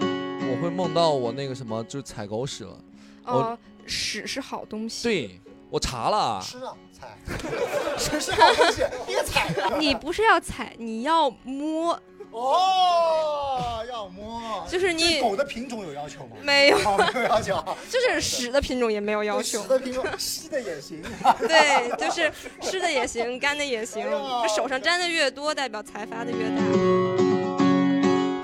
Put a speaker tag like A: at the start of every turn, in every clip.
A: 我会梦到我那个什么，就是踩狗屎了。
B: 呃，屎是好东西。
A: 哦对，我查了，
C: 吃啊， 踩，是是好东西，别踩了。
B: 你不是要踩，你要摸，
C: 哦，要摸，
B: 就是你
C: 对狗的品种有要求吗？
B: 没有，
C: 好，没有要求啊。
B: 就是屎的品种也没有 要求
C: 屎。 的品种，湿的也行。
B: 对，就是湿的也行，干的也行，
C: 哎呀
B: 就手上沾的越多，代表财发的越大。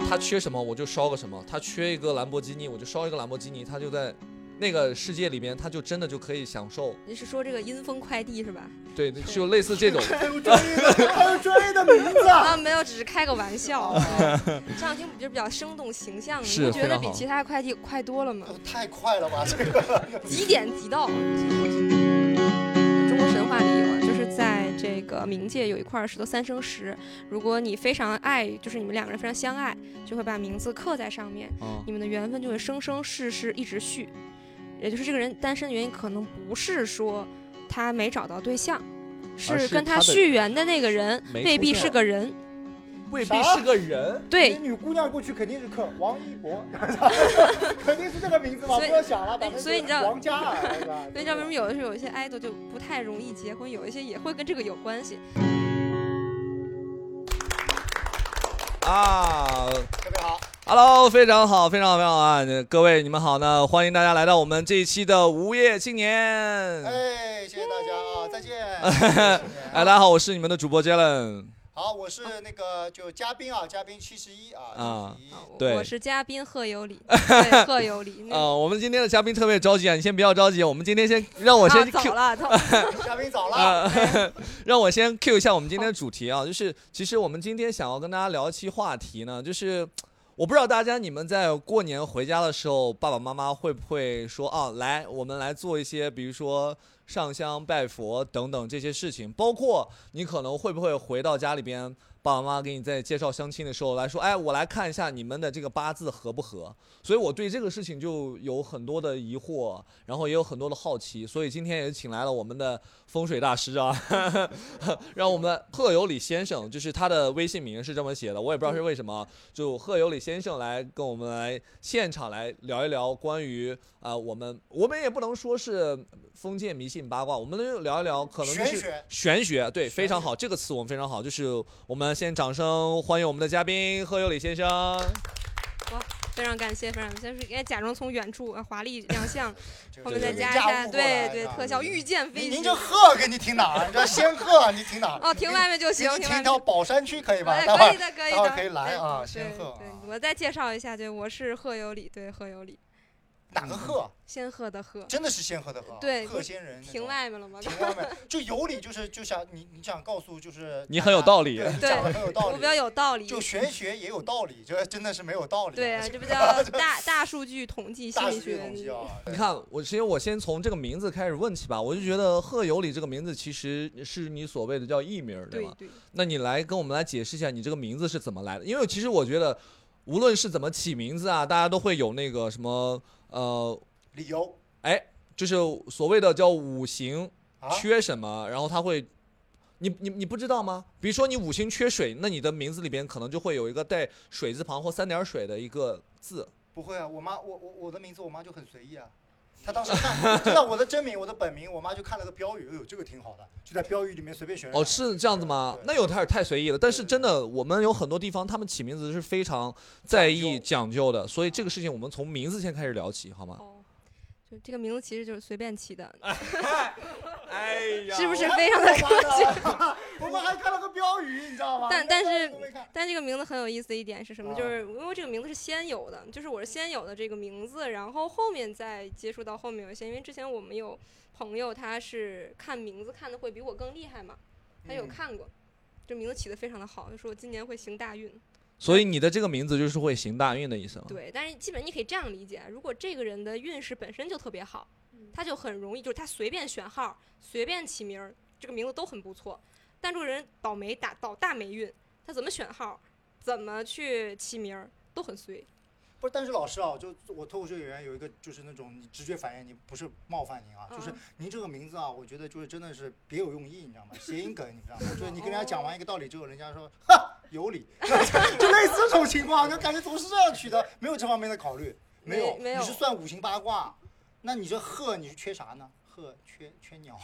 A: 他缺什么我就烧个什么，他缺一个兰博基尼我就烧一个兰博基尼，他就在那个世界里边，他就真的就可以享受，
B: 你是说这个阴风快递是吧？
A: 对，就类似 这种。
C: 还有专业的，还有专业的名 字。
B: 啊，没有，只是开个玩笑。
C: 啊
B: 这样听就比较生动形象，你
A: 是
B: 不觉
A: 非
B: 得
A: 常
B: 比
A: 好
B: 其他快递快多了吗？
C: 哦太快了吧，这个。
B: 几点即到。中国神话里有啊，就是在这个冥界有一块石头三生石，如果你非常爱，就是你们两个人非常相爱，就会把名字刻在上面，
A: 嗯，
B: 你们的缘分就会生生世世一直续。也就是这个人单身的原因，可能不是说他没找到对象，
A: 而
B: 是
A: 是
B: 跟
A: 他的
B: 续缘的那个人
A: 没
B: 未
A: 出
B: 必
C: 现
B: 是个人。
A: 未必
C: 啥
A: 是个人。
B: 对
C: 美，女姑娘过去肯定是克王一 博，肯定是这个名字嘛，
B: 所
C: 不
B: 以
C: 要想了，百
B: 对
C: 分之
B: 所以你知道
C: 王嘉尔，对吧
B: 所以你知道为什么有的时候有一些爱豆就不太容易结婚，有一些也会跟这个有关系。
A: 啊
C: 特别好，
A: ，Hello，非常好，非常好，非常好啊！那各位你们好呢，欢迎大家来到我们这一期的无业青年。
C: 哎，谢谢大家啊，再见。
A: 哎，大家好，我是你们的主播 Jalen。
C: 好，我是那个就嘉宾啊，嘉宾七十一啊
A: 啊，
C: 71
B: 啊我
A: 对
B: 我是嘉宾贺有 礼，对贺有礼。那
A: 啊、我们今天的嘉宾特别着急啊，你先不要着急，我们今天先让我
B: 啊
A: 先 Q
B: 早 了，早
C: 嘉宾早了，
A: 啊， 让我先 Q 一下我们今天的主题啊，就是其实我们今天想要跟大家聊一期话题呢，就是我不知道大家你们在过年回家的时候，爸爸妈妈会不会说啊，来，我们来做一些，比如说。上香拜佛等等这些事情，包括你可能会不会回到家里边，爸爸妈妈给你在介绍相亲的时候来说，哎，我来看一下你们的这个八字合不合。所以我对这个事情就有很多的疑惑，然后也有很多的好奇，所以今天也请来了我们的风水大师啊，
C: 嗯
A: 让我们的贺有礼先生，就是他的微信名是这么写的，我也不知道是为什么，就贺有礼先生来跟我们来现场来聊一聊关于啊、我们我们也不能说是封建迷信八卦，我们就聊一聊可能就
C: 玄
A: 是
C: 学，
A: 玄学，对，非常好，这个词我们非常好，就是我们先掌声欢迎我们的嘉宾贺有礼先生，
B: 非常感谢，非常感谢。就是应该假装从远处啊华丽亮 相，
C: 这
B: 后
C: 个
B: 面再
C: 人
B: 加一
C: 家
B: 下，
C: 误过
B: 对
C: 来的
B: 对，
C: 啊
B: 特效御剑飞
C: 您
B: 行
C: 您。这鹤给你停哪儿？你这仙鹤你停哪儿？
B: 哦，停外面就行，停
C: 您停
B: 外面
C: 一。条宝山区可以吧？
B: 哎，
C: 待会
B: 可
C: 儿
B: 以的，可以
C: 待会
B: 的，
C: 儿可以来啊，
B: 对
C: 仙鹤啊。
B: 对，我再介绍一下，对，我是贺有礼，对，贺有礼，
C: 哪个鹤？
B: 仙鹤的鹤，
C: 真的是仙鹤的鹤啊，
B: 对
C: 鹤仙人那种。
B: 停外面了吗？
C: 挺外面，就有理，就是就想你你想告诉就是
A: 你
C: 大
A: 很有
C: 家
A: 道理
C: 对，你讲的很有道
B: 我比较
C: 理，
B: 有道理。
C: 就玄学也有道理，这真的是没有道理啊。
B: 对啊，
C: 这
B: 这不叫大大数据统计心
C: 大
B: 理
C: 学
B: 学
C: 的。东西啊，
A: 你看，我其实我先从这个名字开始问起吧，我就觉得贺有礼这个名字其实是你所谓的叫艺名儿，对
B: 对
A: 吧？
B: 对，
A: 那你来跟我们来解释一下你这个名字是怎么来的？因为其实我觉得，无论是怎么起名字啊，大家都会有那个什么呃，
C: 理由
A: 哎，就是所谓的叫五行
C: 啊，
A: 缺什么，然后他会。你你你不知道吗？比如说你五行缺水，那你的名字里边可能就会有一个带水字旁或三点水的一个字。
C: 不会啊，我妈我我我的名字我妈就很随意啊。她当时看，知道我的真名，我的本名，我妈就看了个标语，哎呦，这个挺好的，就在标语里面随便选。
A: 哦，是这样子吗？
C: 对
A: 那有点儿太随意了。但是真的，我们有很多地方，他们起名字是非常在意讲
C: 讲究
A: 究的，所以这个事情我们从名字先开始聊起，好吗？
B: 哦，就这个名字其实就是随便起的，
A: 哎呀
B: 是不是
C: 我还
B: 非常的
C: 不
B: 科学？
C: 知道呢我们还看了个标语，你知道吗？
B: 但但是
C: 都没看
B: 但这个名字很有意思的一点是什么？
C: 啊
B: 就是因为这个名字是先有的，就是我是先有的这个名字，然后后面再接触到后面有一些，因为之前我们有朋友他是看名字看的会比我更厉害嘛，他有
C: 嗯
B: 看过，这名字起的非常的好，就说我今年会行大运。
A: 所以你的这个名字就是会行大运的意
C: 嗯
A: 思吗？
B: 对，但是基本你可以这样理解：如果这个人的运势本身就特别好，他就很容易，就是他随便选号、随便起名儿，这个名字都很不错。但这个人倒霉打倒大霉运，他怎么选号，怎么去起名儿都很随。
C: 不是，但是老师啊，就我脱口秀演员有一个就是那种你直觉反应，你不是冒犯您啊，就是
B: 嗯
C: 您这个名字啊，我
B: 哦
C: 觉得就是真的是别有用意，你知道吗？谐音梗，你知道吗？就是你跟人家讲完一个道理之后，人家说哈， 有理，就类似这种情况，就感觉总是这样取的，没有这方面的考虑，没有，
B: 没没有
C: 你是算五行八卦，那你这鹤你是缺啥呢？鹤缺缺鸟，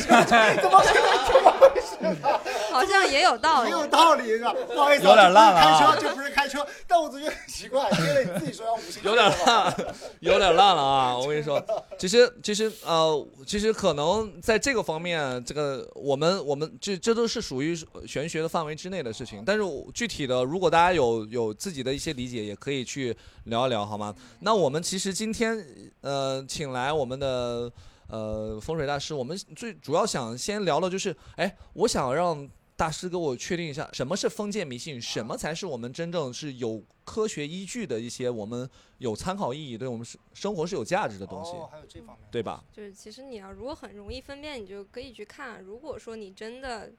C: 怎么怎么回事啊？
B: 好像也有道
C: 很
B: 理。
C: 有道理是吧？不好意思啊，
A: 有点烂了啊
C: 这不是开车，这不是开车，但我总觉得很奇怪，接了你自己说要五行，
A: 有点烂，有点烂了啊！我跟你说，其实其实呃，其实可能在这个方面，这个我们我们这这都是属于玄学的范围之内的事情。但是我具体的，如果大家有有自己的一些理解，也可以去聊一聊，好吗？那我们其实今天呃，请来我们的呃风水大师，我们最主要想先聊的就是，哎，我想让。大师给我确定一下，什么是封建迷信，什么才是我们真正是有科学依据的一些我们有参考意义，对我们是生活是有价值的东西，
C: 哦，还有这方面，
A: 对吧？
B: 就是其实你要如果很容易分辨，你就可以去看。如果说你真的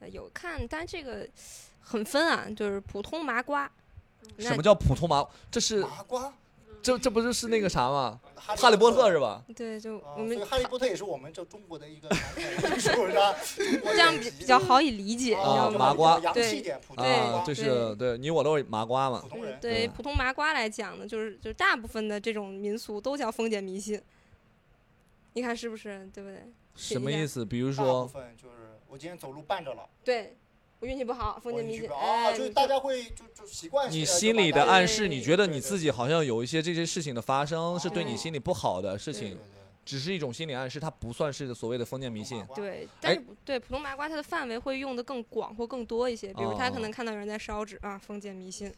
B: 呃有看，但这个很分啊，就是普通麻瓜。那
A: 什么叫普通麻？这是
C: 麻瓜，
A: 这这不就是那个啥吗？
C: 哈
A: 哈利波特是吧？
B: 对，就
C: 哦
B: 我们
C: 所以哈利波特也是我们这中国的一个 是不是啊？
B: 这样比比较好以理
C: 哦
B: 解，你知
A: 啊
B: 道
A: 麻
B: 吗？
A: 瓜
C: 洋
B: 对
C: 气一点，普通
A: 啊，
C: 麻
A: 就
C: 瓜，
A: 是对你我都是麻瓜嘛
C: 普。通
B: 嗯
C: 人，
B: 对
A: 对
B: 普通麻瓜来讲呢，就是就是大部分的这种民俗都叫封建迷信，你看是不是？对不对？
A: 什么意思？比如
C: 大部
A: 说，
C: 分就是我今天走路绊着了，
B: 对我运气不好，封
C: 我
B: 建
C: 一
B: 迷
C: 举
B: 信。
C: 报
B: 哎，
C: 啊，就是
B: 你
C: 大
B: 就
C: 家会就就习惯性
A: 你
C: 地
A: 心里
C: 就把
A: 的
C: 大家
A: 暗示，
B: 对
A: 你觉得你自己好像有一些这些事情的发生是对你
B: 哦
A: 心里不好的事
C: 对
A: 情
C: 对，
A: 只是一种心理暗示，它不算是所谓的封建迷信。
C: 对
B: 对，
A: 哎
B: 但是不对普通麻瓜，它的范围会用的更广或更多一些。比如他
C: 哦
B: 可能看到有人在烧纸啊，封建迷信；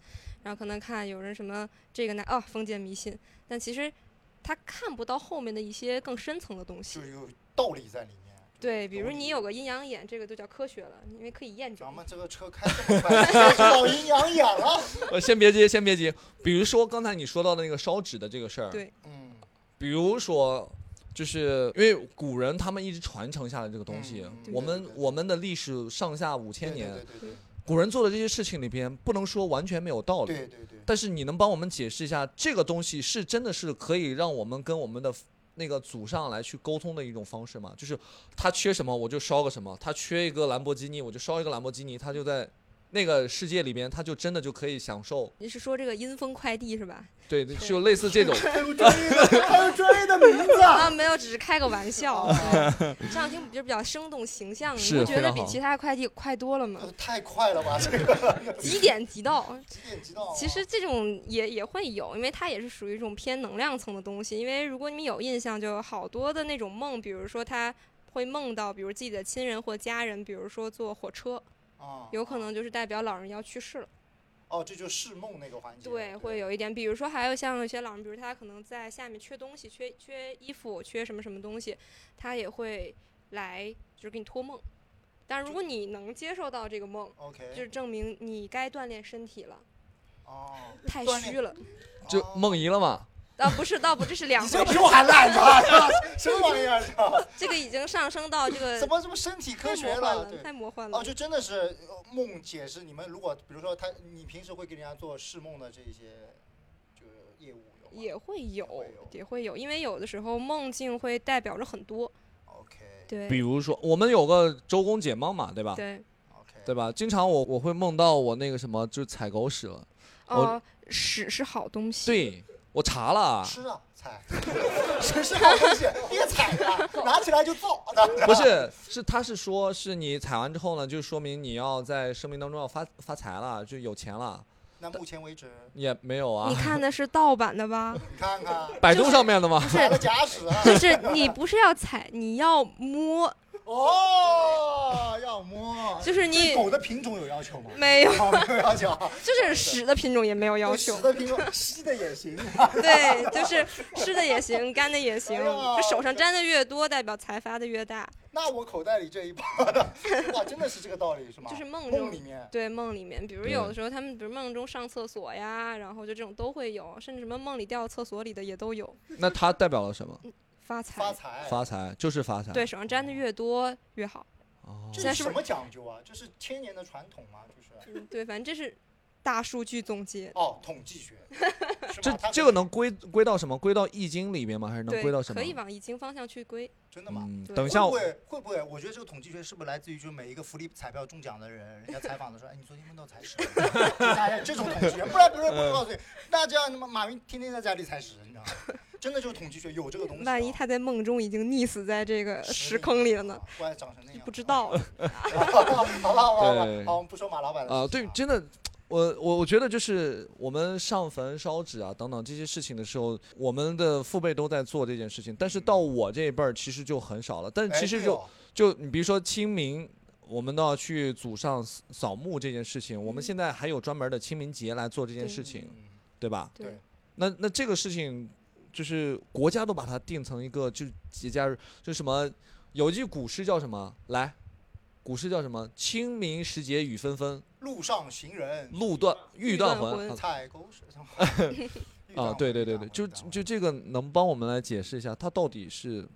B: 然后可能看有人什么这个那啊，封建迷信。但其实他看不到后面的一些更深层的东西
C: 就。是有道理在里面。就是
B: 对，比如
C: 懂
B: 你有个阴阳眼，这个就叫科学了，因为可以验
C: 咱
B: 证。
C: 们哎这个车开这么快， 就知道阴阳眼了。
A: 呃，先别急，先别急。比如说刚才你说到的那个烧纸的这个事儿，
B: 对
C: 嗯，
A: 比如说，就是因为古人他们一直传承下来这个东西，
C: 嗯嗯
A: 我们
C: 对对对
A: 我们的历史上下五千年，
C: 对对对
A: 古人做的这些事情里边，不能说完全没有道
C: 对
A: 理，
C: 对对对，
A: 但是你能帮我们解释一下，这个东西是真的是可以让我们跟我们的。那个祖上来去沟通的一种方式嘛，就是他缺什么我就烧个什么，他缺一个兰博基尼我就烧一个兰博基尼，他就在那个世界里边，他就真的就可以享受，
B: 你是说这个阴风快递是吧？
A: 对，就类似这 种，
C: 还有专业的，还有专业的名字啊。
B: 啊，没有，只是开个玩笑。
C: 啊
B: 对这样听就比较生动形象，你
A: 是
B: 不觉
A: 非
B: 得
A: 常
B: 比
A: 好
B: 其他快递快多了吗？
C: 呃太快了吧，这个
B: 几点即到？
C: 几点几到啊？
B: 其实这种也也会有，因为它也是属于一种偏能量层的东西。因为如果你们有印象，就有好多的那种梦，比如说他会梦到，比如自己的亲人或家人，比如说坐火车，
C: 啊，
B: 有可能就是代表老人要去世了。
C: 哦，这就是释梦那个环节。
B: 对，会有一点。比如说还有像有些老人，比如他可能在下面缺东西，缺缺衣服，缺什么什么东西，他也会来就是给你托梦。但如果你能接受到这个梦，
C: OK，
B: 就是证明你该锻炼身体了，
C: 哦，
B: 太
C: 锻炼
B: 虚了。
A: 就
C: 哦
A: 梦遗了嘛。
B: 啊，不是，倒不，这 是两
C: 你
B: 回
C: 这
B: 事
C: 个。比我还烂，你知道 吗？什么玩意儿？你知道吗
B: 这个已经上升到这个
C: 怎么这么身体科
B: 太
C: 学
B: 魔幻
C: 对。
B: 太魔幻了。
C: 哦，就真的是呃梦解释。你们如果比如说他，你平时会给人家做释梦的这一些，就是业务有吗
B: 也会有
C: 会有，
B: 也会有，因为有的时候梦境会代表着很多。
C: ？OK
B: 对
A: 比如说，我们有个周公解梦嘛，对吧？
B: 对，
C: OK，
A: 对吧？经常我我会梦到我那个什么，就是踩狗屎了。
B: 哦，屎是好东西。，
A: 啊对，我查了啊，
C: 吃啊，踩，吃是好东西，别踩了，拿起来就造。
A: 不是，是他是说，是你踩完之后呢，就说明你要在生命当中要发发财了，就有钱了，
C: 那目前为止，
A: 也没有啊
B: 你。看的是盗版的吧？
C: 你 看看，
A: 百度上面的吗？
C: 踩了假屎啊！
B: 就是你不是要踩，你要摸，
C: 哦，要摸。
B: 就是你
C: 对狗的品种有要求吗？
B: 没有，
C: 好，没有要求啊。
B: 就是屎的品种也没有要求
C: 屎。的品种，吸的也行。
B: 对，就是湿的也行，干的也行，
C: 哎呀
B: 就手上沾的越多，代表财发的越大。
C: 那我口袋里这一包 的，哇，真的是这个道理是吗？
B: 就是梦中
C: 梦里面。
B: 对梦里面，比如
A: 对
B: 有的时候他们，比如梦中上厕所呀，然后就这种都会有，甚至什么梦里掉厕所里的也都有。
A: 那它代表了什么？
B: 发财，
C: 发财，
A: 发财，就是发财。
B: 对，手上沾的越多越好。
A: 哦，
C: 这
B: 现在
C: 是
B: 是
C: 什
B: 不
C: 么讲究啊？这是千年 的传统吗？就是
B: 对，反正这是大数据总结。
C: 哦，统计学，是吗
A: 这
C: 啊他
A: 这
C: 可
A: 个
C: 以
A: 能归归到什么？归到易经里面吗？还是能
B: 对
A: 归到，什么？
B: 可以往易经方向去归。
C: 真的吗？
A: 嗯，
B: 对
A: 等一
C: 会
A: 下
C: 不
A: 我，
C: 会会不会？我觉得这个统计学是不是来自于就是每一个福利彩票中奖的人，人家采访的时候，哎，你昨天梦到财 神，就大家这种统计学，不然别人不告诉你，那这样他妈马云天天在家里采石，你知道吗？真的就是统计学有这个东 西啊。
B: 万一他在梦中已经溺死在这个石
C: 里
B: 坑里了呢？？
C: 怪长成那样，
B: 不知。道，
C: 好吧，好吧，好吧
A: 对，
C: 好，我们不说马老板的
A: 啊，
C: 事情
A: 对，真的，我我我觉得就是我们上坟烧纸啊等等这些事情的时候，我们的父辈都在做这件事情，但是到我这一辈儿其实就很少了。但
C: 哎
A: 其实
C: 对
A: 就、
C: 哦
A: 就你比如说清明。我们都要去祖上扫扫墓这件事情，我们
B: 嗯
A: 现在还有专门的清明节来做这件事情，
C: 嗯
A: 对吧？
B: 对
C: 对
A: 那那这个事情，就是国家都把它定成一个就是节假日，就什么有一句古诗叫什么来，古诗叫什么？清明时节雨纷纷，
C: 路上行人
A: 路断欲断
B: 断
A: 魂
B: 魂
A: 啊
C: 踩狗屎。欲断
A: 啊！
C: 魂
A: 对对对
C: 欲
A: 对，
C: 断魂
A: 就
C: 欲断魂
A: 就这个能帮我们来解释一下，它到底是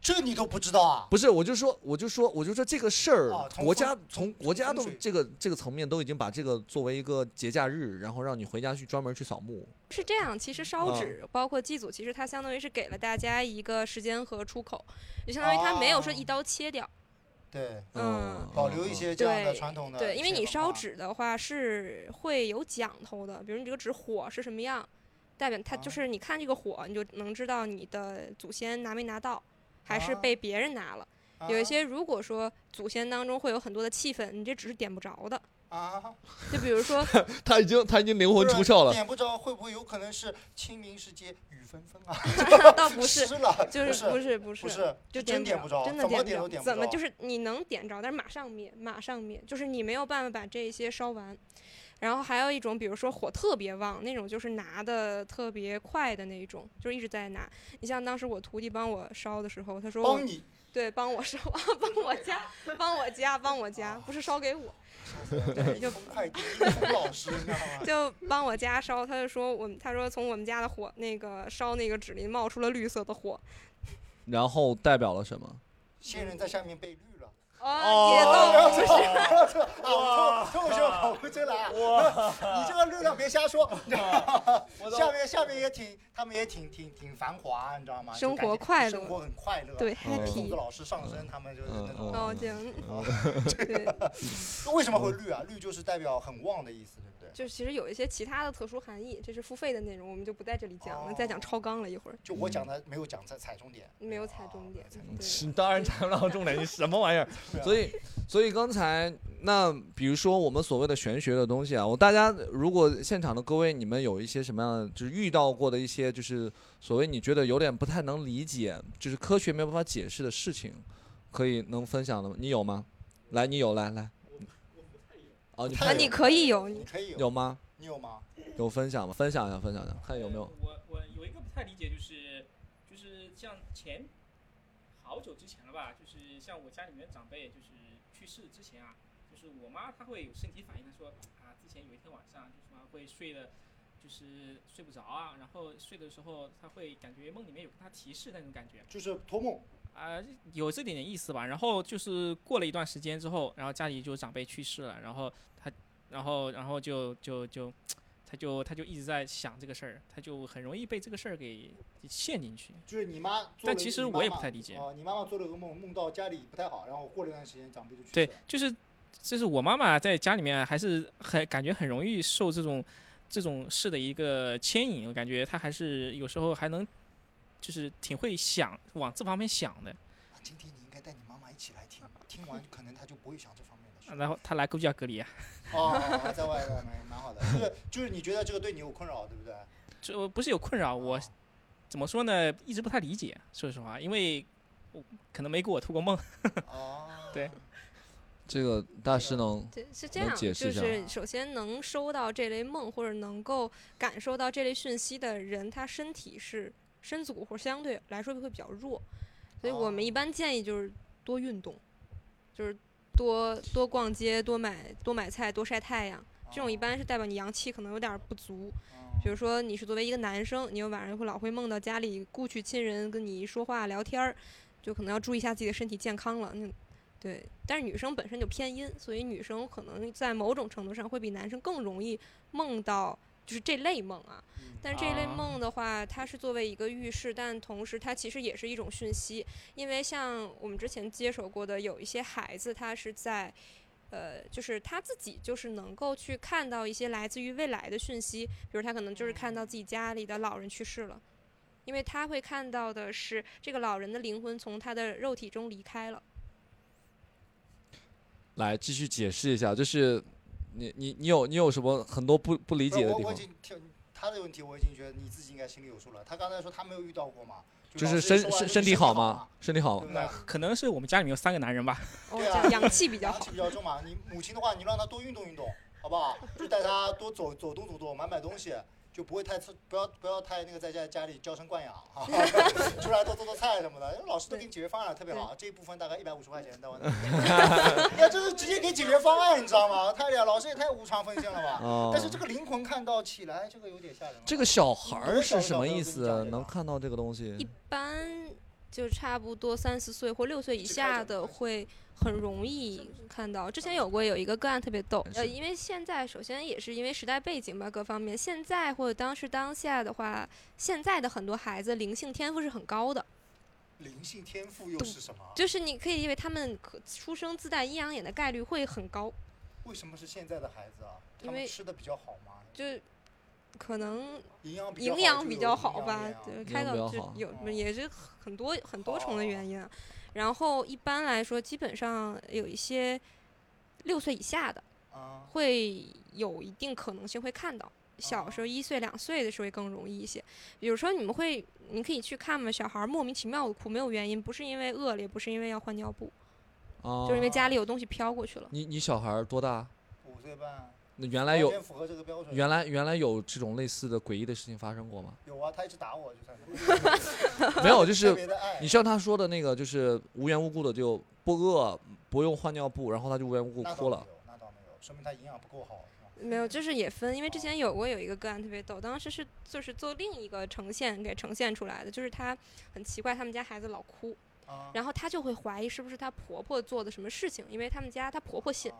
C: 这你都不知道啊？
A: 不是？我就说，我就说，我就说这个事儿
C: 啊，从
A: 国
C: 风
A: 家从
C: 从
A: 国家
C: 从
A: 都
C: 风水
A: 这个这个层面都已经把这个作为一个节假日，然后让你回家去专门去扫墓。
B: 是这样，其实烧纸、包括祭祖，其实它相当于是给了大家一个时间和出口，就相当于它没有说一刀切掉。
C: 对，
B: 嗯
A: 嗯，
C: 保留一些这样的
B: 对
C: 传统的
B: 对，因为
C: 一些
B: 你
C: 文
B: 烧
C: 化
B: 纸的话是会有讲头的，比如你这个纸火是什么样，代表它就
C: 啊
B: 是你看这个火，你就能知道你的祖先拿没拿到，还是
C: 啊
B: 被别人拿了。
C: 啊
B: 有一些如果说祖先当中会有很多的气氛，你这纸是点不着的。
C: 啊，
B: 就比如说，
A: 嗯 他已经他已经灵魂
C: 不是
A: 出窍了。
C: 点不着会不会有可能是清明时节雨纷纷啊？
B: 倒不是，
C: 湿了，
B: 就
C: 不
B: 不
C: 是
B: 是不是
C: 不是，
B: 就是点
C: 真点
B: 不
C: 不着，
B: 真的
C: 怎么
B: 点
C: 点
B: 不
C: 都
B: 着，
C: 点
B: 怎
C: 不
B: 么
C: 着
B: 就。是你能点着，但是马上灭，马上灭，就是你没有办法把这些烧完。然后还有一种，比如说火特别旺那种，就是拿的特别快的那一种，就是一直在拿。你像当时我徒弟帮我烧的时候，他说我
C: 帮你，
B: 对帮我烧，帮我家，帮我家，帮我
C: 哦
B: 家，不是烧给我，
C: 就 快递洪老师，你知道吗？
B: 就帮我家烧。他就说我们，他说从我们家的火那个烧那个纸里冒出了绿色的火，
A: 然后代表了什么？
C: 仙人在下面被绿了。
B: 哦，也倒不是。
C: 啊，脱口秀跑不出来啊！ 你这个路上别瞎 说。下面下面也挺，他们也挺挺挺繁华，你知道吗？就
B: 生
C: 感
B: 活
C: 觉
B: 快乐
C: 生活很快乐。
B: 对
A: 嗯
C: 宋子
B: ，happy。
C: 老师上身，他们就是那
A: 嗯
C: 种。
B: 哦，这样， 对，
C: 为什么会绿啊？绿就是代表很旺的意思，对不对？
B: 就其实有一些其他的特殊含义，这是付费的内容，我们就不在这里讲了，
C: 哦
B: 再讲超纲了一会儿，
C: 就我讲的没有讲在踩重点，
B: 没有踩重点。对，
A: 哦是当然谈不到重点，你什么玩意儿？
C: 对啊
A: 所以，所以刚才那比如说我们所谓的玄学的东西啊，我大家如果现场的各位你们有一些什么样的，就是遇到过的一些就是所谓你觉得有点不太能理解，就是科学没有办法解释的事情，可以能分享的吗？你有吗？来，你有来来。哦，你
C: 不太
B: 啊，
C: 有
B: 你可以有
C: 你
B: 你，
C: 可以有，
A: 有吗？
C: 你有吗？
A: 有分享吗？分享一下，分享一下，看有没有
D: 呃。我我有一个不太理解，就是就是像前好久之前了吧，就是像我家里面的长辈，就是去世之前啊，就是我妈她会有身体反应，她说啊，之前有一天晚上就什么会睡的，就是睡不着啊，然后睡的时候她会感觉梦里面有跟她提示那种感觉
C: 就是托梦，
D: 啊、有这点点意思吧。然后就是过了一段时间之后，然后家里就长辈去世了，然后她，然后然后就就就。她就她就一直在想这个事儿，她就很容易被这个事儿给陷进去。
C: 就是你妈做了一个。
D: 但其实
C: 你妈妈
D: 我也不太理解
C: 哦，你妈妈做了个梦，梦到家里不太好，然后过了一段时间长辈就去世
D: 对
C: 了。，
D: 就是就是我妈妈在家里面还是很感觉很容易受这种这种事的一个牵引，我感觉她还是有时候还能就是挺会想往这方面想的。
C: 啊今天你应该带你妈妈一起来 听，听完可能她就不会想这方面的事。
D: 然后她来估计要隔离啊，
C: 哦， 还在外面蛮蛮好的。这个就是你觉得这个对你有困扰，对不对？
A: 啊
D: 就不是有困扰，我怎么说呢，一直不太理解，说实话，因为我可能没给我托过梦。
C: 哦，
D: 对
A: 这个大师能
B: 这是这
A: 能
B: 样，
A: 解
B: 就
A: 释一下
B: 是首先能收到这类梦或者能够感受到这类讯息的人，他身体是身子骨或者相对来说会比较弱，所以我们
C: 哦
B: 一般建议就是多运动，就是多多逛街、多买多买菜、多晒太阳。这种一般是代表你阳气可能有点儿不足，
C: 嗯
B: 比如说你是作为一个男生，你有晚上会老会梦到家里故去亲人跟你说话聊天儿，就可能要注意一下自己的身体健康了。那对，但是女生本身就偏阴，所以女生可能在某种程度上会比男生更容易梦到就是这类梦啊。
C: 嗯
B: 但是这一类
E: 啊
B: 梦的话，它是作为一个预示，但同时它其实也是一种讯息，因为像我们之前接手过的有一些孩子，他是在。呃，就是他自己就是能够去看到一些来自于未来的讯息，比如他可能就是看到自己家里的老人去世了，因为他会看到的是这个老人的灵魂从他的肉体中离开了。
A: 来继续解释一下，就是你你你有你有什么很多不不理
C: 不是
A: 解的
C: 我
A: 地
C: 我
A: 方
C: 已？经听他的问题，我已经觉得你自己应该心里有数了。他刚才说他没有遇到过嘛，
A: 就是
C: 老
A: 身
C: 师说完
A: 身
C: 就
A: 身体
C: 体
A: 好吗
C: 嘛？？
A: 身体好
C: 对
A: 吗？
C: 不对？
E: 可能是我们家里面有三个男人吧。
B: 哦，
C: 对
B: 这
C: 啊
B: 样阳气比较
C: 阳
B: 好
C: 气。比较重嘛。你母亲的话，你让她多运动运动，好不好？就带她多走走动走动，买买东西，就不会太吃不要不要太那个在家家里娇生惯养 哈。出来多做做菜什么的，因为老师都给你解决方案了，特别好。这一部分大概一百五十块钱到我那里。 那这是直接给解决方案，你知道吗？太厉害，老师也太无偿奉献了吧？
A: 哦
C: 但是这个灵魂看到起来，这个有点吓人啊了。
A: 这个小孩儿
C: 我
A: 是
C: 想
A: 什
C: 到
A: 么
C: 没有
A: 意
C: 跟你讲
A: 思？啊
C: 这个
A: 能看到这个东西
B: 一？般就差不多三四岁或六岁以
C: 直开
B: 下
C: 始
B: 的
C: 开始
B: 会很容易看到。之前有过有一个个案特别逗，呃，
A: 是
B: 因为现在首先也是因为时代背景吧，各方面，现在或者当时当下的话，现在的很多孩子灵性天赋是很高的，
C: 灵性天赋又是什么？
B: 就是你可以因为他们可出生自带阴阳眼的概率会很高，
C: 为什么是现在的孩子啊？他
B: 因为
C: 们吃的比较好吗？
B: 就是可能
C: 营养比较
B: 营养
C: 就
B: 比
C: 有
B: 较
C: 营
B: 好
C: 养
B: 吧
C: 呀，
B: 对，
A: 比
B: 开
A: 较
B: 导就
A: 好
B: 有
C: 哦
B: 也是很多很多重的
C: 哦
B: 原因啊。然后一般来说，基本上有一些六岁以下的
C: 啊，
B: 会有一定可能性会看
C: 哦
B: 到。小时候一岁两岁的时候会更容易一些，比如说你们会，你可以去看嘛，小孩莫名其妙的哭，没有原因，不是因为饿了，也不是因为要换尿布，
A: 啊
B: 就是因为家里有东西飘过去了。
A: 你你小孩儿多大？
C: 五岁半，啊
A: 那原来有
C: 完全符合这个标准。
A: 原来原来有这种类似的诡异的事情发生过吗？
C: 有啊，他一直打我，就算是
A: 没有，就
C: 特
A: 是
C: 别的爱
A: 你。像他说的那个，就是无缘无故的就不饿，不用换尿布，然后他就无缘无故
C: 那倒
A: 哭
C: 没
A: 了
C: 有，。那倒没有，说明他营养不够好。是吧
B: 没有，就是也分，因为之
C: 哦
B: 前有过有一个个案特别逗，当时是就是做另一个呈现给呈现出来的，就是她很奇怪，他们家孩子老哭，
C: 啊，
B: 然后她就会怀疑是不是她婆婆做的什么事情，因为他们家她婆婆信，
C: 啊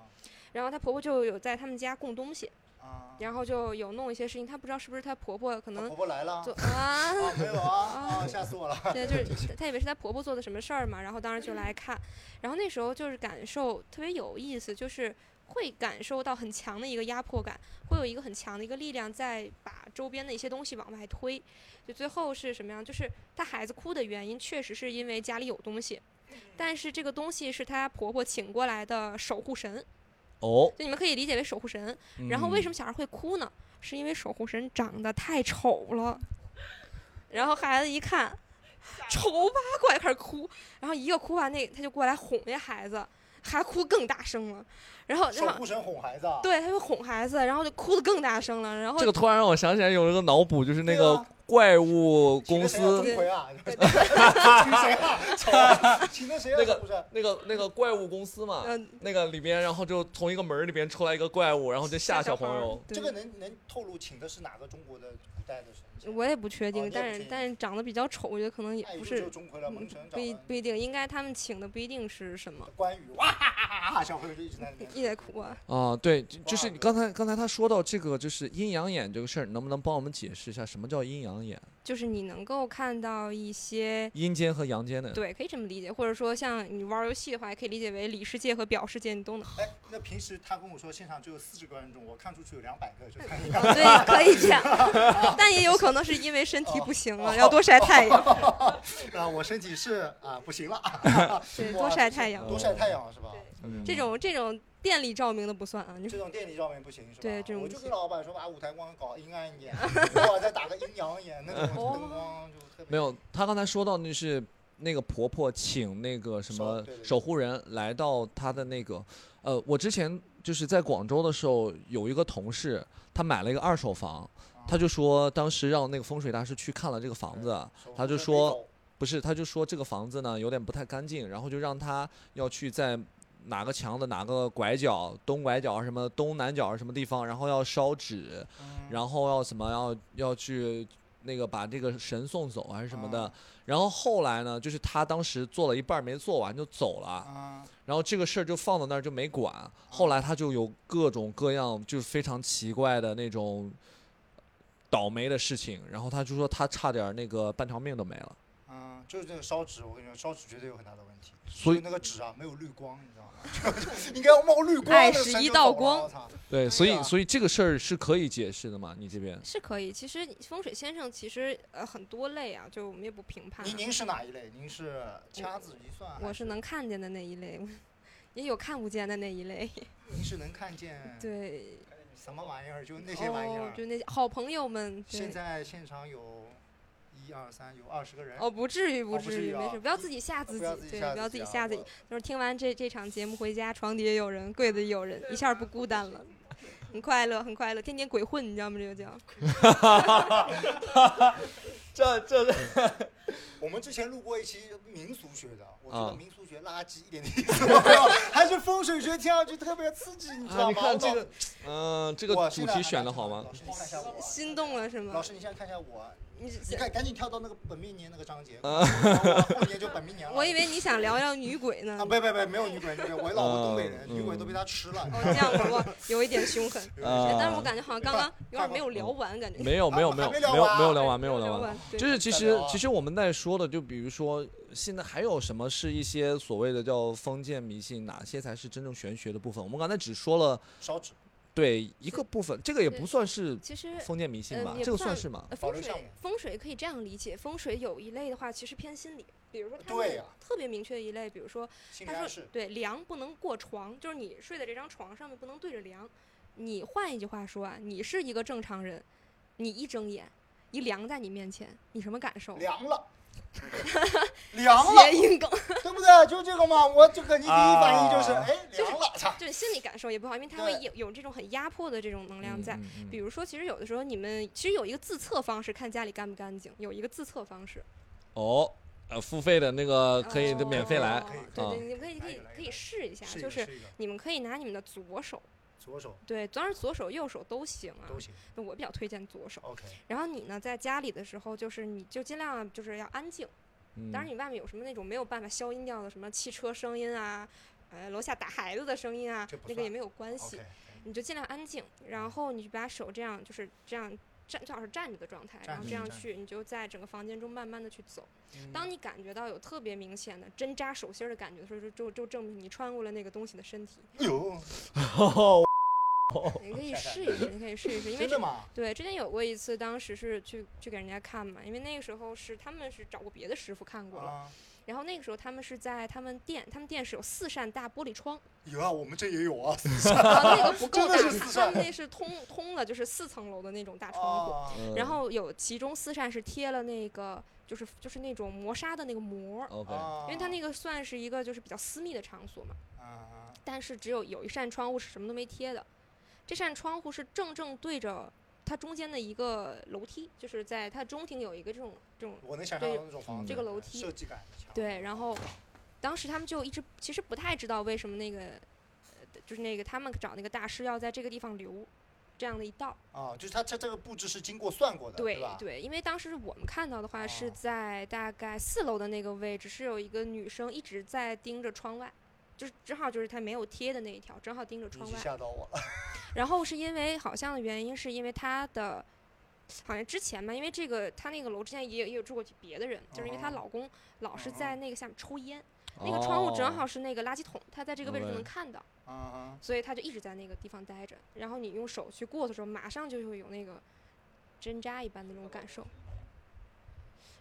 B: 然后她婆婆就有在他们家供东西，
C: 啊，
B: 然后就有弄一些事情，她不知道是不是她婆婆可
C: 她
B: 能
C: 婆婆来了
B: 做
C: 啊，
B: 啊，
C: 没 有啊，啊，吓死我了。
B: 对，就是她以为是她婆婆做的什么事儿嘛，然后当时就来看，然后那时候就是感受特别有意思，就是会感受到很强的一个压迫感，会有一个很强的一个力量在把周边的一些东西往外推，就最后是什么样？就是她孩子哭的原因，确实是因为家里有东西。但是这个东西是她婆婆请过来的守护神，
A: 哦，嗯
B: 就你们可以理解为守护神。然后为什
A: 么？
B: 么小孩会哭呢？是因为守护神长得太丑了，然后孩子一看，丑八怪开始哭，然后一个哭完那他就过来哄那孩子，还哭更大声了，然后
C: 守
B: 然后
C: 护神哄孩子啊，
B: 对他就哄孩子，然后就哭得更大声了，然后
A: 这个突然让我想起来有一个脑补，就是那
C: 对
A: 个
C: 啊
A: 怪物公
C: 请的谁啊
A: 司
C: 钟馗啊，
B: 对
C: 请 谁啊？丑啊，请的谁啊？
A: 那个
C: 守护神
A: 那个那个怪物公司嘛，
B: 嗯
A: 那个里边，然后就从一个门儿里边出来一个怪物，然后就吓小朋友。，
B: 对
C: 这个能能透露请的是哪个中国的古代的神仙？
B: 我也不确
C: 哦
B: 定，
C: 你也不
B: 但
C: 确
B: 是
C: 定
B: 但是长得比较丑，我觉得可能也
C: 那也
B: 不
C: 就只有
B: 是嗯
C: 钟馗了，蒙神
B: 不
C: 掌
B: 一
C: 门
B: 不一定，应该他们请的不一定是什么，
C: 关羽哇哈哈哈哈，小朋友就一直在那 边
B: 也得哭啊。
A: 啊，对，就
C: 哇
A: 就是
C: 对
A: 刚才刚才他说到这个，就是阴阳眼这个事儿，能不能帮我们解释一下什么叫阴阳眼？
B: 就是你能够看到一些
A: 阴间和阳
C: 嗯
A: 间的
B: 对，可以这么理解，或者说像你玩儿游戏的话，也可以理解为里世界和表世界，你都能。
C: 哎，那平时他跟我说现场只有四十个观众，我看出去有两百个，就看一看。
B: 对，可以这样，但也有可能是因为身体不行了，要多晒太阳。
C: 啊，我身体是啊不行了，
B: 对，
C: 哇
B: 多晒太阳。
A: 哦
C: 多晒太阳是吧？
A: 嗯
B: 这种这种电力照明的不算啊，你
C: 这种店里照明不行是吧？
B: 对这种
C: 我就
B: 不
C: 跟老板说把舞台光搞阴暗 一点，我再打个阴阳眼，那种
B: 哦
C: 灯光就特别
A: 没有。他刚才说到那是那个婆婆请那个什么
C: 守对对对
A: 守护人来到她的那个，呃，我之前就是在广州的时候有一个同事，他买了一个二手房，
C: 啊。
A: 他就说当时让那个风水大师去看了这个房子，
C: 手
A: 他就
C: 手
A: 说
C: 抖
A: 不是，他就说这个房子呢有点不太干净，然后就让他要去在哪个墙的哪个拐角，东拐角啊什么东南角什么地方，然后要烧纸，
C: 嗯
A: 然后要什么要要去那个把这个神送走还是什么
C: 嗯
A: 的。然后后来呢，就是他当时做了一半儿没做完就走了，
C: 啊，
A: 然后这个事儿就放在那儿就没
C: 嗯
A: 管。后来他就有各种各样就是非常奇怪的那种。倒霉的事情，然后他就说他差点那个半条命都没了。
C: 嗯，就是那个烧纸，我跟你说，烧纸绝对有很大的问题。
A: 所以
C: 那个纸啊，没有滤光，你知道吗？ 就应该要冒滤光
B: 爱
C: 的
B: 是
C: 神
B: 哎一
C: 就
B: 道
C: 走了
B: 光
C: 我操
A: 对，所
C: 对
A: 以
C: 啊
A: 所以这个事儿是可以解释的嘛？你这边
B: 是可以。其实风水先生其实呃很多类啊，就我们也不评判啊。
C: 您您是哪一类？您是掐指一算，
B: 我
C: 还
B: 是能看见的那一类， 也有看不见的那一 类。
C: 您是能看见
B: 对，
C: 什么玩意儿？哎就那些玩意
B: 哦
C: 儿。
B: 就那些好朋友们。
C: 现
B: 对，
C: 在现场有一二三，有二十个人。
B: 哦，不至于，
C: 哦不
B: 至
C: 至
B: 于，
C: 于
B: 没
C: 啊
B: 事，不要自己吓自己，
C: 不要自己
B: 对，
C: 吓
B: 不要自己
C: 啊
B: 吓自己
C: 我。
B: 就是听完这这场节目回家，床底下有人，柜子里有人，一下不孤单了，很快乐，很快乐，天天鬼混，你知道吗？这就叫
A: 这这
C: 我们之前录过一期民俗学的，我觉
A: 啊
C: 得民俗学垃圾一点意思都 没有，还是风水学听上去特别刺激，你知
A: 啊，
C: 道
A: 你
C: 吗？
A: 看
C: 我
A: 这
C: 老
A: 个，嗯、这个
C: 我
A: 主
C: 现在
A: 题
C: 还
A: 选
C: 蛮
A: 的
C: 喜
A: 好
C: 欢
A: 吗
C: 老？师，你看一下我。
B: 心动了是
C: 老
B: 吗？
C: 师，你现在看一下我，
B: 你
C: 你
B: 是
C: 看，赶紧跳到那个本命年那个章节，
A: 啊
C: 然后后年就本命年了。
B: 我以为你想聊聊女鬼呢
C: 啊，。不不不，没有女鬼，女鬼，我老婆东北人，
A: 嗯
C: 女鬼都被他吃了。
B: 哦，这样子我有一点凶狠，
A: 啊
B: 哎但是我感觉好像刚刚有点没
C: 嗯
B: 有
A: 快
B: 聊完，感觉
A: 没有没有
C: 啊
A: 没有
C: 还
A: 没
C: 没聊
A: 有
C: 完
A: 没有聊完没有
B: 聊
A: 聊完。，
B: 对
A: 就是其
C: 再
A: 实
C: 聊啊
A: 其实我们在说的，就比如说现在还有什么是一些所谓的叫封建迷信，哪些才是真正玄学的部分？我们刚才只说了
C: 烧纸，
A: 对一个部分，这个也不算是
B: 其实
A: 封建迷信吧
B: 嗯？也
A: 这
B: 不
A: 个
B: 算
A: 算是吗？
B: 呃，
C: 保
B: 风
C: 留项目
B: 水风水可以这样理解，风水有一类的话，其实偏心理，比如说他
C: 对
B: 们
C: 呀
B: 特别明确的一类，比如说
C: 心理
B: 他
C: 暗
B: 说
C: 示，
B: 对梁不能过床，就是你睡的这张床上面不能对着梁。你换一句话说啊，你是一个正常人，你一睁眼，一梁在你面前，你什么感受？
C: 凉 了，凉了，
B: 哦谐音梗，
C: 对不对？就这个嘛，我这个你第一反应就是，
A: 啊
C: 哎，凉了，操，
B: 就是心理感受也不好，因为它会
C: 对
B: 有有这种很压迫的这种能量在。
A: 嗯嗯
B: 比如说，其实有的时候你们其实有一个自测方式，看家里干不干净，有一个自测方式。
A: 哦，呃，付费的那个可以
B: 哦
A: 就免费来
B: 哦
C: 可以
B: 对
A: 啊
B: 对，你们可以可
C: 来一
B: 以
C: 个来一
B: 可以
C: 个
B: 试一下，
C: 是一
B: 就
C: 个
B: 是
C: 是一个，
B: 你们可以拿你们的左手，
C: 左手
B: 对，当然左手右手都行啊
C: 都。行
B: 那我比较推荐左手。
C: ，OK，
B: 然后你呢，在家里的时候，就是你就尽量就是要安静。
A: 嗯
B: 当然，你外面有什么那种没有办法消音掉的，什么汽车声音啊，呃，楼下打孩子的声音啊
C: 这不，
B: 那个
C: 算
B: 也没有关系
C: OK，。
B: 你就尽量安静，然后你把手这样就是这样站，最好是站着的状态，
C: 站
B: 然后
C: 着
B: 这样
C: 站着
B: 去，你就在整个房间中慢慢的去走。
A: 嗯
C: 哎
B: 当你感觉到有特别明显的针扎手心儿的感觉的时候，就就就证明你穿过了那个东西的身体。
C: 哎呦，哦
B: 你可以试一试，你可以试一试，因为
C: 真
B: 这
C: 的吗？
B: 对之前有过一次，当时是去去给人家看嘛，因为那个时候是他们是找过别的师傅看过了，
C: 啊，
B: 然后那个时候他们是在他们店，他们店是有四扇大玻璃 窗，
C: 有啊，我们这也 有啊，
B: 然后那个不够
C: 真的
B: 大，
C: 是四
B: 他
C: 扇
B: 们那是通通了，就是四层楼的那种大窗户，
C: 啊，
A: 嗯
B: 然后有其中四扇是贴了那个就是就是那种磨砂的那个膜儿，
A: OK，
C: 啊
B: 哦因为它那个算是一个就是比较私密的场所嘛。
C: 啊，
B: 但是只有有一扇窗户是什么都没贴的，这扇窗户是正正对着它中间的一个楼梯，就是在它中庭有一个这种这种
C: 我能想象到那种房子，
B: 这个楼梯
C: 设计感强，
B: 对，然后当时他们就一直其实不太知道为什么那个呃就是那个他们找那个大师要在这个地方留这样的一道，
C: 啊，就是它它这个布置是经过算过的，
B: 对
C: 呃吧？
B: 对，因为当时我们看到的话
C: 哦
B: 是在大概四楼的那个位置，是有一个女生一直在盯着窗外。就是正好就是她没有贴的那一条，正好盯着
C: 你
B: 窗
C: 已经
B: 外。
C: 吓到我 了，
B: 然后是因为好像原因是因为他的，好像之前嘛，因为这个他那个楼之前也有也有住过别的人，就是因为她
C: 哦
B: 老公老是在那个下面抽烟，那
A: 哦
B: 个窗户正好是那个垃圾桶，他在这个位置就能
A: 对
B: 看到，
C: 啊，
B: 所以他就一直在那个地方待着。然后你用手去过的时候，马上就会有那个针扎一般的那种感受。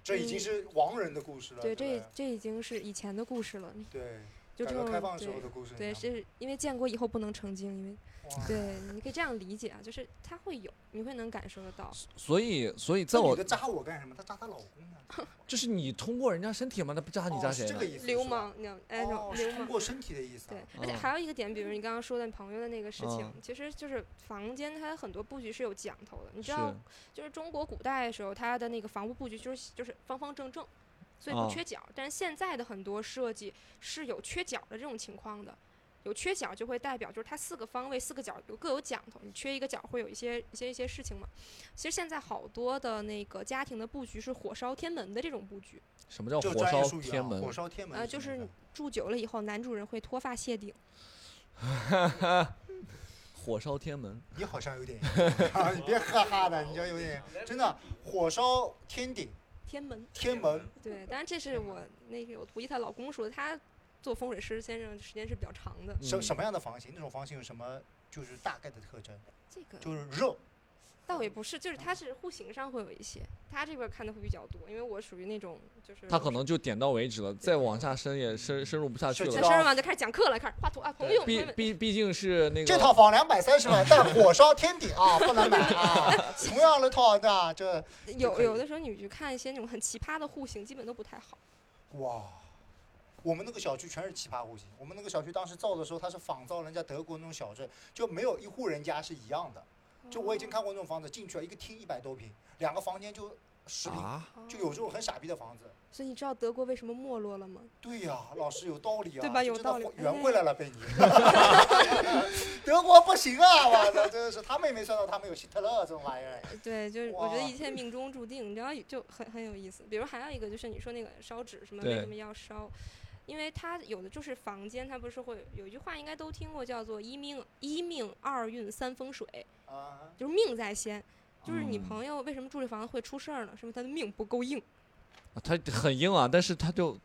C: 这已经是亡人的故事了，
B: 对，
C: 对
B: 这
C: 不
B: 这已经是以前的故事了，
C: 对
B: 就
C: 改
B: 这
C: 革
B: 种
C: 开放时
B: 对
C: 候的故事，
B: 对，
C: 你知
B: 这是因为建国以后不能成精，因为
C: 道吗哇
B: 对，你可以这样理解啊，就是他会有，你会能感受得到。
A: 所以所以在
C: 这女
A: 我
C: 的扎我干什么？她扎她老公啊呢？
A: 就是你通过人家身体嘛，那不扎你扎
C: 哦
A: 谁
C: 是
A: 啊
C: 这
A: 呢
C: 个？意思，
B: 流
C: 是吧。
B: 氓，你知道，哎，那
C: 哦
B: 种，
C: 是
B: 流
C: 通
B: 氓。
C: 过身体的意思啊
B: 对，而且
A: 嗯
B: 还有一个点，比如你刚刚说的你朋友的那个事情，
A: 嗯
B: 其实就是房间它很多布局是有讲头的。你知
A: 是
B: 道，就是中国古代的时候，它的那个房屋布局就是就是方方正正，所以
A: 哦
B: 不缺角。但是现在的很多设计是有缺角的这种情况的，有缺角就会代表就是它四个方位、四个角有各有讲头，你缺一个角会有一些一些一些事情嘛。其实现在好多的那个家庭的布局是火烧天门的这种布局，
A: 什么叫
C: 这
A: 火
C: 专业
A: 烧
C: 术语啊
A: 天门？
C: 火烧天门
B: 呃，
C: 什
B: 就
C: 么意
B: 是
C: 思
B: 你
C: 啊
B: 住久了以后，男主人会脱发谢顶。
A: 火烧天门，
C: 你好像有 点，啊你别哈哈的，你这 有点真的火烧天顶
B: 天门。
C: 天门，
B: 对，当然这是我那个我徒弟她老公说，他做风水师先生时间是比较长的。
C: 什
A: 嗯
C: 什么样的房型？那种房型有什么就是大概的特征？
B: 这个
C: 就是嗯热，
B: 倒也不是，就是他是户型上会有一些，他这边看的会比较多，因为我属于那种就是
A: 他可能就点到为止了，再往下深也深深入不下去
C: 是
B: 在
C: 知
A: 了
C: 道。
B: 身上就开始讲课了，开始画图啊，朋友
A: 毕
B: 们，
A: 毕毕竟是那个
C: 这套房两百三十万，但火烧天顶啊，不能买 啊。同样的套那这
B: 有有的时候你去看一些那种很奇葩的户型，基本都不太好。
C: 哇，我们那个小区全是奇葩户型。我们那个小区当时造的时候，它是仿造人家德国那种小镇，就没有一户人家是一样的。就我已经看过那种房子，进去了一个厅一百多平，两个房间就十平，
A: 啊，
B: 哦，
C: 就有这种很傻逼的房子。
B: 所以你知道德国为什么没落了吗？
C: 对呀、老师有道理啊，
B: 对吧
C: 这
B: 有
C: 真的
B: 道理哎
C: 圆回来了被你。 德国不行啊，我操，真的是他们也没算到他们有希特勒这种玩意儿。
B: 对，就是我觉得
C: 哇
B: 一切命中注定，你知道就很很有意思。比如还有一个就是你说那个烧纸什么
A: 对
B: 为什么要烧，因为它有的就是房间，它不是会有一句话应该都听过，叫做一命一命二运三风水，
C: 啊，
B: 就是命在先。就是你
A: 嗯
B: 朋友为什么住这房子会出事儿呢？是因为他的命不够硬，
A: 他很硬啊，但是他就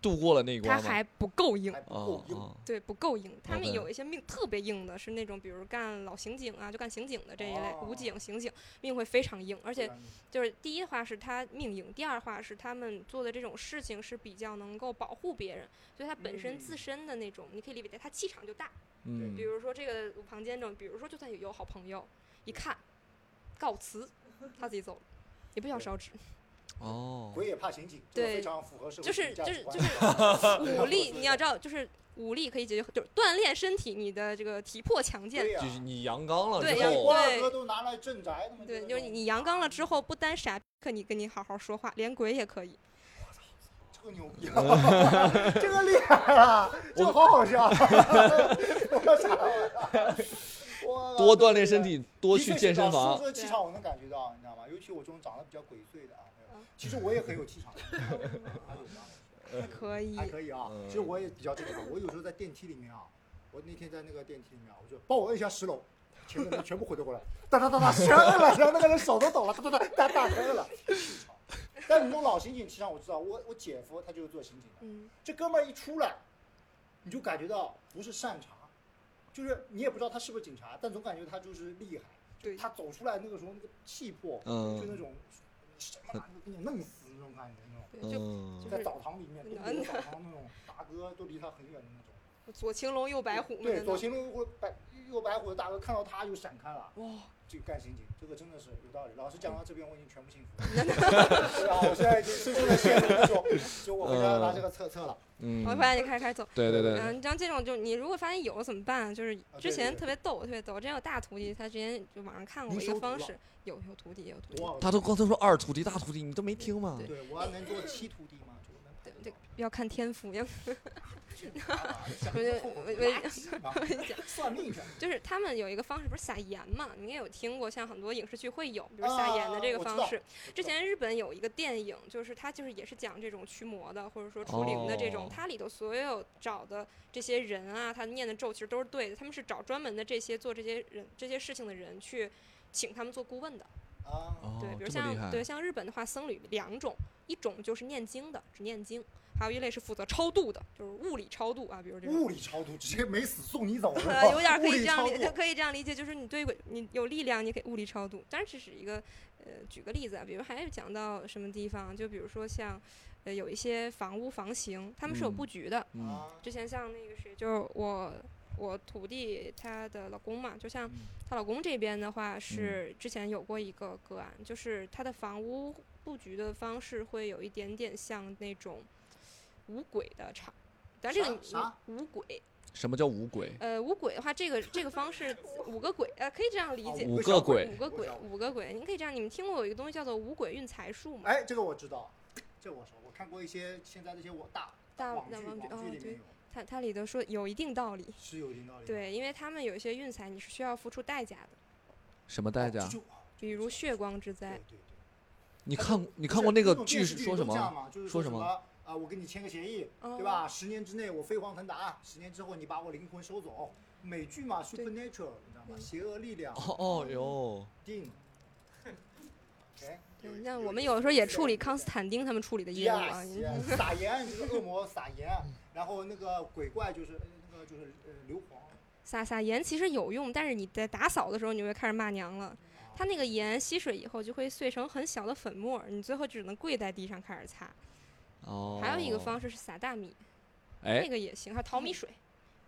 A: 度过了那一
B: 他
A: 关嘛。
B: 还不够硬
C: 还。不
A: 哦
C: 够硬。
A: 哦，
B: 对，不够硬。他们
A: OK
B: 有一些命特别硬的，是那种比如干老刑警啊，就干刑警的这一类，武
C: 哦
B: 警、刑警，命会非常硬。而且
C: 对吧
B: 就是第一话是他命硬，第二话是他们做的这种事情是比较能够保护别人，所以他本身自
C: 嗯
B: 身的那种，你可以理解，他气场就大。
A: 嗯
B: 比，如说这个房间中，比如说就算有好朋友，一看告辞，他自己走了，也不需要
C: 对
B: 烧纸，
A: 哦，
C: 鬼也怕刑警，这个
B: 对
C: 非常符合社会
B: 就是
C: 主义价
B: 就
C: 值
B: 是
C: 观
B: 就是 武力，你要知道，就是武力可以解决，就是锻炼身体，你的这个体魄强健
C: 对。呀、
A: 就是你阳刚了
B: 对
A: 之
B: 阳
A: 后
B: 光，
C: 瓜二哥都拿来镇宅，他们
B: 对，
C: 这
B: 就是
C: 种
B: 你阳刚了之后，不单傻逼跟你跟你好好说话，连鬼也可以。
C: 这个牛逼，啊这个厉害啊，这个好好笑，我操！我
A: 多锻炼身，体，多去健身
C: 的确是这样
A: 房
C: 说。这个气场我能感觉到，你知道吗？尤其我这种长得比较鬼祟的啊，没有
B: 嗯
C: 其实我也很有气场， 还有吗
B: 可以
C: 还可以啊。其实我也比较正常，我有时候在电梯里面啊，我那天在那个电梯里面啊，我就帮我摁一下十楼。前面的人全部回头过来，哒哒哒哒，全摁了，然后那个人手都抖了，哒哒哒哒哒，全摁了，气场。但你那种老刑警气场，我知道，我我姐夫他就是做刑警的，
B: 嗯，
C: 这哥们儿一出来，你就感觉到不是善茬，就是你也不知道他是不是警察，但总感觉他就是厉害。
B: 对
C: 他走出来那个时候那个气魄，就那
A: 嗯
C: 种什么男的给你弄死那种感觉，那种
B: 对，就
A: 嗯
B: 就，
C: 在澡堂里面，
B: 嗯
C: 东北的澡堂那种大哥都离他很远的那种。
B: 左青龙右白虎嘛，
C: 对，
B: 真
C: 左
B: 的
C: 青龙右白右白虎的大哥看到他就闪开了。
B: 哇，
C: 这个干刑警，这个真的是有道理。老师讲到这边，我已经全部信服了。 对啊，我现在已经深深的陷入那种，就我回家要拿这个测测了。
A: 嗯
B: 我，回来就开始开始走。
A: 对对对
B: 嗯，，你知道这种就你如果发现有了怎么办啊？就是
C: 啊
B: 之
C: 对
B: 前
C: 对
B: 特别逗，特别逗。我之前有大徒弟，他之前就网上看过
C: 您
B: 一个
C: 收徒
B: 方
C: 了
B: 式，有有徒弟也有徒弟，
C: 哇，
A: 他都刚才说二徒弟、大徒弟，你都没听吗？
C: 对，我要能做七徒弟吗？就能
B: 对对，要看天赋，要
C: 我 算命的，
B: 就是他们有一个方式，不是撒盐嘛？你也有听过，像很多影视剧会有，比如撒盐的这
C: 啊
B: 个
C: 我知
B: 方
C: 道
B: 式。之前日本有一个电影，就是它就是也是讲这种驱魔的，或者说除灵的这种，
A: 哦
B: 它里头所有找的这些人啊，他念的咒其实都是对的，他们是找专门的这些做这些人这些事情的人去请他们做顾问的。
C: 啊，
A: 哦
B: 对，比如
A: 这么厉
B: 像
A: 害
B: 对像日本的话，僧侣两种，一种就是念经的，只念经；还有一类是负责超度的，就是物理超度啊，比如这种。
C: 物理超度直接没死送你走 了，
B: 呃，有点儿可
C: 物
B: 以
C: 理
B: 这样
C: 超
B: 理，
C: 度，
B: 可以这样理解，就是你对你有力量，你可以物理超度。当然，这是一个呃，举个例子啊，比如还有讲到什么地方，就比如说像呃有一些房屋房型，他们是有
A: 嗯
B: 布局的。
A: 嗯
C: 啊
B: 之前像那个谁，就是我我徒弟她的老公嘛，就像
A: 嗯
B: 她老公这边的
C: 嗯
B: 话是之前有过一个个案，就是他的房屋布局的方式会有一点点像那种无轨的场，但这个
C: 啥啥
B: 无轨，
A: 什么叫五鬼？
B: 呃，无轨的话，这个这个方式五个轨，呃，可以这样理解。
A: 啊五个鬼
B: 五个轨，五个轨，你可以这样，你们听过有一个东西叫做五轨运财术吗？
C: 哎，这个我知道，这我说，我看过一些现在那些我大
B: 大
C: 网剧，
B: 大王
C: 网
B: 局哦，
C: 剧里面
B: 对
C: 有，，
B: 它它里头说有一定道理，
C: 是有一定道理，，
B: 对，因为他们有一些运财你是需要付出代价的，
A: 什么代价？
C: 哦就啊
B: 比如血光之
C: 对
B: 灾，
C: 对对，
A: 你看你看过那个剧是说什么？
C: 么？就是
A: 说
C: 什
A: 什么
C: 么？啊，我跟你签个协议，
B: 哦
C: 对？吧？十年之内我飞黄腾达，十年之后你把我灵魂收走，美剧嘛，Supernatural，你知道吗？
B: 嗯
C: 邪恶力量
A: 哦哦哟，
C: 定。哎
B: 对，像我们有时候也处理康斯坦丁他们处理的业务啊，
C: Yes, yes，撒盐，这个恶魔撒盐，
A: 嗯
C: 然后那个鬼怪就是呃那个就是呃硫磺。
B: 撒撒盐其实有用，但是你在打扫的时候你就会开始骂娘
C: 哦
B: 了。
C: 啊
B: 它那个盐吸水以后就会碎成很小的粉末，你最后只能跪在地上开始擦。
A: 哦，
B: 还有一个方式是撒大米，
A: 哎
B: 那，个也行，还有淘米水。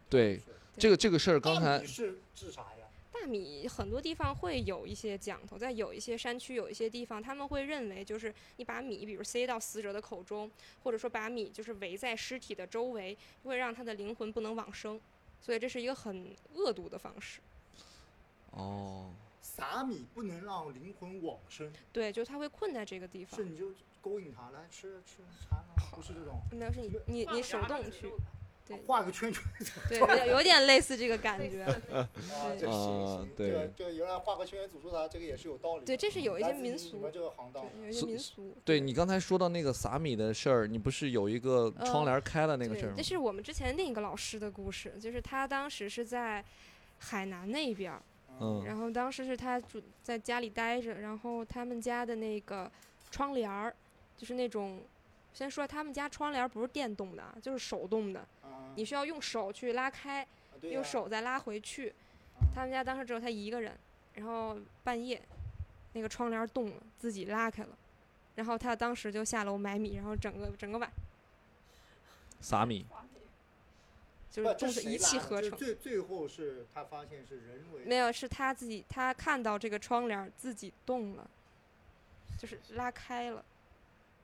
A: 对，这个这个事儿，刚才
C: 你是治啥呀？
B: 大米很多地方会有一些讲头，在有一些山区、有一些地方，他们会认为就是你把米，比如塞到死者的口中，或者说把米就是围在尸体的周围，会让他的灵魂不能往生，所以这是一个很恶毒的方式。
A: 哦，
C: 撒米不能让灵魂往生，
B: 对，就他会困在这个地
C: 是
B: 方。
C: 你就勾引他来吃吃馋了，不是这种，
B: 没有，是你你你手动去，对
C: 画个圈圈。
B: 对，有有点类似这个感觉。
C: 啊，这
A: 啊
C: 行行，这个
A: 对
C: 这个原来画个圈圈诅咒他，这个也是有道理的。
B: 对，这是有一
C: 来
B: 些
C: 自
B: 民
C: 于你
B: 俗
C: 们，这个行当
B: 对，有一
A: 所
B: 些民俗。
A: 对你刚才说到那个撒米的事儿，你不是有一个
B: 呃
A: 窗帘开了那个
B: 对
A: 事儿吗
B: 这？是我们之前另一个老师的故事，就是他当时是在海南那边儿，
A: 嗯，
B: 然后当时是他住在家里待着，然后他们家的那个窗帘儿，就是那种。先说他们家窗帘儿不是电动的啊，就是手动的，
C: 嗯，
B: 你需要用手去拉开，
C: 啊对
B: 用
C: 呀嗯
B: 手再拉回去。他们家当时只有他一个人，然后半夜那个窗帘动了，自己拉开了，然后他当时就下楼买米，然后整个整个晚
A: 撒米，
B: 就
C: 不
B: 是
C: 这
B: 都是
C: 谁
B: 一气
C: 拉的
B: 呵
C: 就
B: 成。
C: 最最后是他发现是人为
B: 没有，是他自己，他看到这个窗帘儿自己动了，就是拉开了，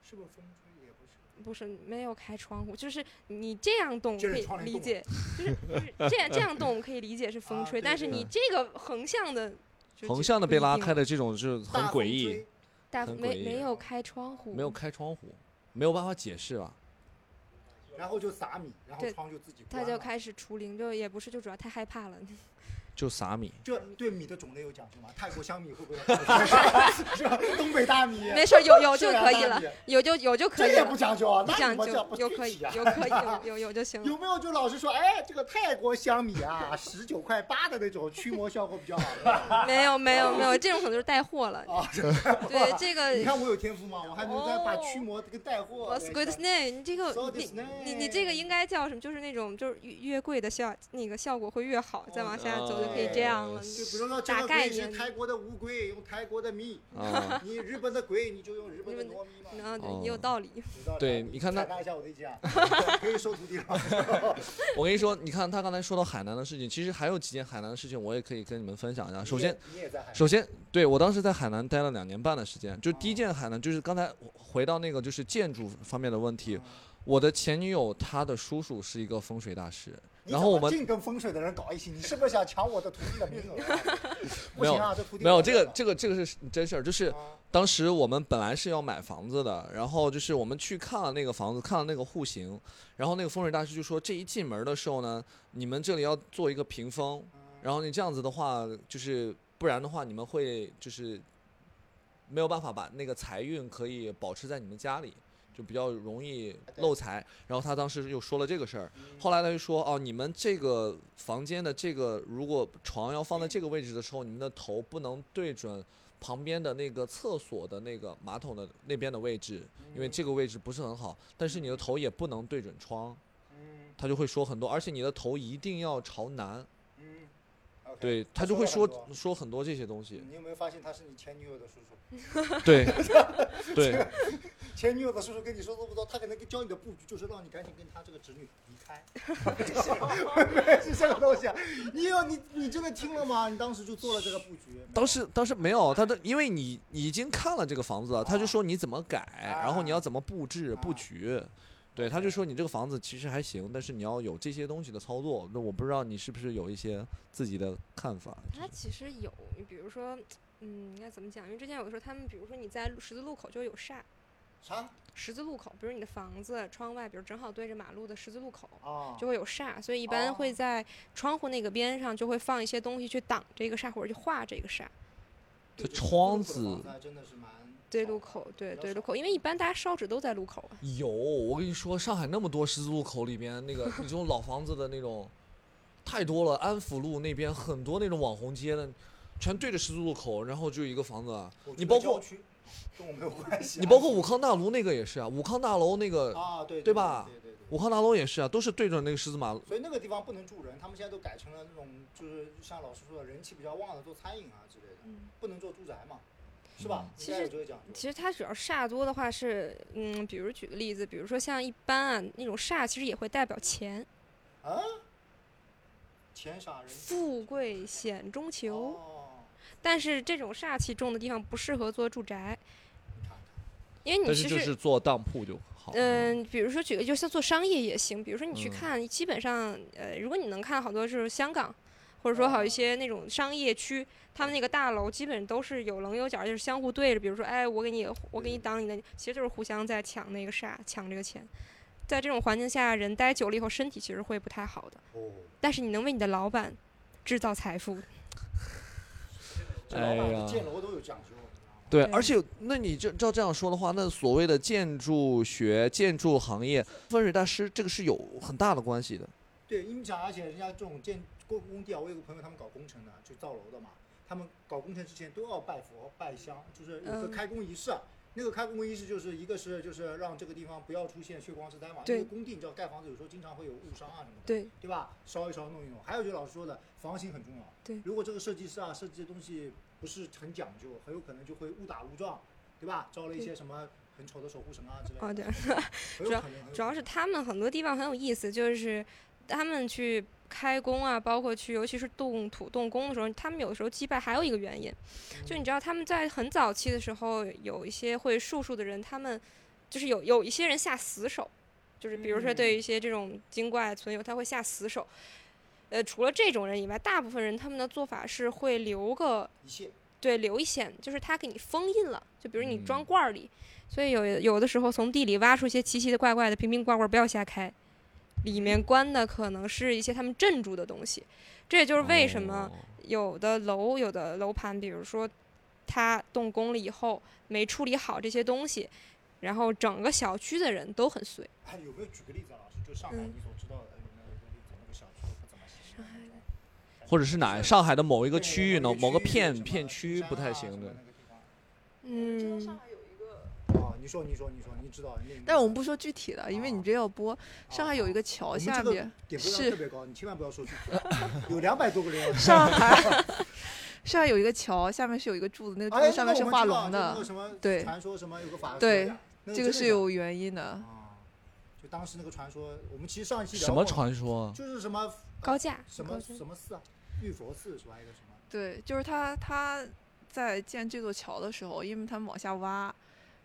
C: 是不是风吹也不是，
B: 不是没有开窗户，就是你这样动
C: 就是
B: 可以
C: 窗帘
B: 理
C: 动了
B: 解， 就是就是这样这样动可以理解是风
C: 啊
B: 吹，
C: 对
B: 但是
C: 对
B: 你这个横向的，就
A: 横
B: 就
A: 向的
B: 不
A: 被
B: 一
A: 拉
B: 定
A: 开的这种是很
C: 大
A: 诡
C: 风
A: 异
C: 吹，，
B: 大
A: 很诡
B: 没
A: 异啊
B: 没有开窗户，
A: 没有开窗户，没有办法解释吧？
C: 然后就撒米，然后
B: 对
C: 窗就自己
B: 他
C: 关
B: 就
C: 了
B: 开始除灵，就也不是，就主要太害怕了。
A: 就撒米，
C: 这对米的种类有讲究吗？泰国香米会 不会？是吧？东北大米，
B: 没事儿， 有有
C: 是
B: 就
C: 啊
B: 可以
C: 大
B: 了
C: 米，
B: 有就有就
C: 这
B: 可以
C: 也不
B: 了，
C: 讲究啊，
B: 不
C: 那
B: 讲
C: 你们这
B: 究，
C: 不
B: 有
C: 具
B: 可以
C: 体啊
B: 有可以有有有就行了。
C: 有没有就老师说，哎，这个泰国香米啊，十九块八的那种驱魔效果比较好 的
B: 没有没有没有，这种可能就是带货了。
C: 啊？
B: 对这
C: 你
B: 个
C: 看我有天赋吗？我还能再把驱魔这个带货
B: 我
C: 联系到
B: Squid Snake，你这个
C: So
B: 你
C: Disney
B: 你你这个应该叫什么？就是那种就是越越贵的效那个效果会越好，再往下走就可以这样了。
C: 就比如说这
B: 大
C: 个
B: 概
C: 龟是
B: 念
C: 泰国的乌龟，用泰国的米；
A: 啊，
C: 你日本的鬼，你就用日本的糯米嘛。
B: 嗯，对
A: 哦
B: 也有道理。
C: 有道理啊
A: 对你看他
C: 采纳一下我的意 见啊，可以收徒弟了。
A: 我跟你说，你看他刚才说到海南的事情，其实还有几件海南的事情，我也可以跟你们分享一下。首先，
C: 你也，你也在海南
A: 首先，对我当时在海南待了两年半的时间，就第一件海南就是刚才我回到那个就是建筑方面的问题，我的前女友她的叔叔是一个风水大师，
C: 你
A: 然后我
C: 怎么
A: 们
C: 净跟风水的人搞一起，你是不是想抢我的徒弟的名额啊？不
A: 没有
C: 行啊，这徒弟
A: 没有
C: 我
A: 这个
C: 的
A: 这个这个是真事儿，就是
C: 啊
A: 当时我们本来是要买房子的，然后就是我们去看了那个房子，看了那个户型，然后那个风水大师就说，这一进门的时候呢，你们这里要做一个屏风，然后你这样子的话，就是不然的话，你们会就是没有办法把那个财运可以保持在你们家里，就比较容易漏财。然后他当时又说了这个事儿，后来他就说哦，你们这个房间的这个如果床要放在这个位置的时候，你们的头不能对准。旁边的那个厕所的那个马桶的那边的位置，因
C: 嗯
A: 为这个位置不是很好，但是你的头也不能对准窗，
C: 嗯
A: 他就会说很多，而且你的头一定要朝南，
C: 嗯，OK，
A: 对他
C: 他
A: 就会说
C: 说了很多
A: 说很多这些东西。
C: 你有没有发现他是你前女友的叔叔？
A: 对，对，
C: 前女友的叔叔跟你说这么多，他可能教你的布局就是让你赶紧跟他这个侄女离开，是这个东西啊。你有你你真的听了吗？你当时就做了这个布局，
A: 当时当时没有他的，因为你你已经看了这个房子了，啊他就说你怎么改，然后你要怎么布置布局。对，他就说你这个房子其实还行，但是你要有这些东西的操作。那我不知道你是不是有一些自己的看法。
B: 它其实有，比如说，嗯，应该怎么讲？因为之前有的时候他们，比如说你在路十字路口就有煞，
C: 啥
B: 十字路口，比如你的房子窗外，比如正好对着马路的十字路口，
C: 啊？
B: 就会有煞，所以一般会在窗户那个边上就会放一些东西去挡这个煞，或者去画这个煞。
A: 这窗子
C: 真的是蛮
B: 对路口，对
C: 比较
B: 对路
C: 少
B: 口，因为一般大家烧纸都在路口啊。
A: 有，我跟你说，上海那么多十字路口里边那个那种老房子的那种，太多了，安福路那边很多那种网红街的，全对着十字路口，然后就一个房子啊。
C: 我住
A: 你
C: 在
A: 包括
C: 郊区跟我没有关系啊。
A: 你包括武康大楼那个也是啊，武康大楼那个，
C: 啊，对
A: 对吧
C: 对对对。
A: 武康大楼也是啊，都是对着那个十字马路。
C: 所以那个地方不能住人，他们现在都改成了那种，就是像老师说的，人气比较旺的做餐饮啊之类的，
B: 嗯
C: 不能做住宅嘛，是
A: 嗯
C: 吧？
B: 其
C: 应该有
B: 实
C: 这个讲究。
B: 其实它主要煞多的话是，嗯，比如举个例子，比如说像一般啊那种煞，其实也会代表钱，
C: 啊？钱啥人气
B: 富贵险中求。
C: 哦，
B: 但是这种煞气重的地方不适合做住宅，
C: 你看看，
B: 因为你
A: 但
B: 嗯其
A: 是就
B: 实
A: 是做当铺就好。
B: 嗯，比如说举个，就像做商业也行。比如说你去
A: 嗯
B: 看，基本上，呃，如果你能看好多就是香港，或者说
A: 哦
B: 好一些那种商业区，他们那个大楼基本都是有棱有角，就是相互对着。比如说，哎，我给你，
A: 嗯
B: 我给你挡你的，其实就是互相在抢那个煞，抢这个钱。在这种环境下，人待久了以后，身体其实会不太好的。
C: 哦，
B: 但是你能为你的老板制造财富，
C: 这老板
A: 哎呀
C: 的建楼都有讲究。
A: 对，
B: 对
A: 而且那你这照这样说的话，那所谓的建筑学、建筑行业、风水大师，这个是有很大的关系的。
C: 对，因为你想，而且人家这种建工工地啊，我有个朋友他们搞工程的，就造楼的嘛，他们搞工程之前都要拜佛拜香，就是有个
B: 嗯
C: 开工仪式啊。那个开工仪式就是一个是就是让这个地方不要出现血光之灾嘛，因
B: 对
C: 为工地你知道盖房子有时候经常会有误伤啊什么的，
B: 对，
C: 对吧？烧一烧弄一弄。还有就老师说的，房型很重要。
B: 对
C: 如果这个设计师啊设计的东西不是很讲究，很有可能就会误打误撞，对吧？招了一
B: 对
C: 些什么很丑的守护神啊之类的，
B: 哦对。
C: 很有可能。很有
B: 主要
C: 可
B: 是
C: 能
B: 他们很多地方很有意思，就是他们去开工啊，包括去，尤其是动土动工的时候，他们有时候击败还有一个原因，就你知道他们在很早期的时候，有一些会术数的人，他们就是有有一些人下死手，就是比如说对于一些这种精怪存有，他会下死手。呃，除了这种人以外，大部分人他们的做法是会留个
C: 一切
B: 对，留一线，就是它给你封印了，就比如你装
A: 嗯
B: 罐儿里，所以有有的时候从地里挖出一些奇奇的怪怪的瓶瓶罐罐，不要瞎开，里
A: 嗯
B: 面关的可能是一些他们镇住的东西，这也就是为什么
A: 哦
B: 有的楼有的楼盘，比如说它动工了以后没处理好这些东西，然后整个小区的人都很衰。
C: 哎，有没有举个例子啊，老师？就上海
B: 嗯
C: 你所知道的，有没有一个例子？那个小区不怎么行？
B: 上海的
A: 或者是哪上海的某一个区域呢？
C: 某
A: 某
C: 一
A: 个
C: 个
A: 片片区不太行的。。
C: 的
F: 知道上
B: 嗯，
F: 海有一个，
C: 哦，你说，你说，你说，你知道。那个
F: 但是我们不说具体的，因为你这要播。上海有一个
C: 哦我
F: 桥
C: 们
F: 下
C: 这个
F: 边，
C: 点播量
F: 是
C: 特别高，你千万不要说出去。 有两百多个人。啊
F: 上海上海有一个桥，下面是有一个柱子，那个柱
C: 哎，
F: 子上面是画龙
C: 那个我
F: 的
C: 们，知道就那个什么
F: 对
C: 传说什么有个法术
F: 对
C: 呀，那
F: 这
C: 真的
F: 个是
C: 假的
F: 有原因的。
C: 啊。就当时那个传说，我们其实上一期
A: 什
C: 聊
A: 么
C: 过
A: 传说？
C: 就是什么
B: 高价，
C: 什
B: 高
C: 么
B: 价
C: 什么寺啊，玉佛寺是吧？一个什么？
F: 对，就是他他在建这座桥的时候，因为他们往下挖，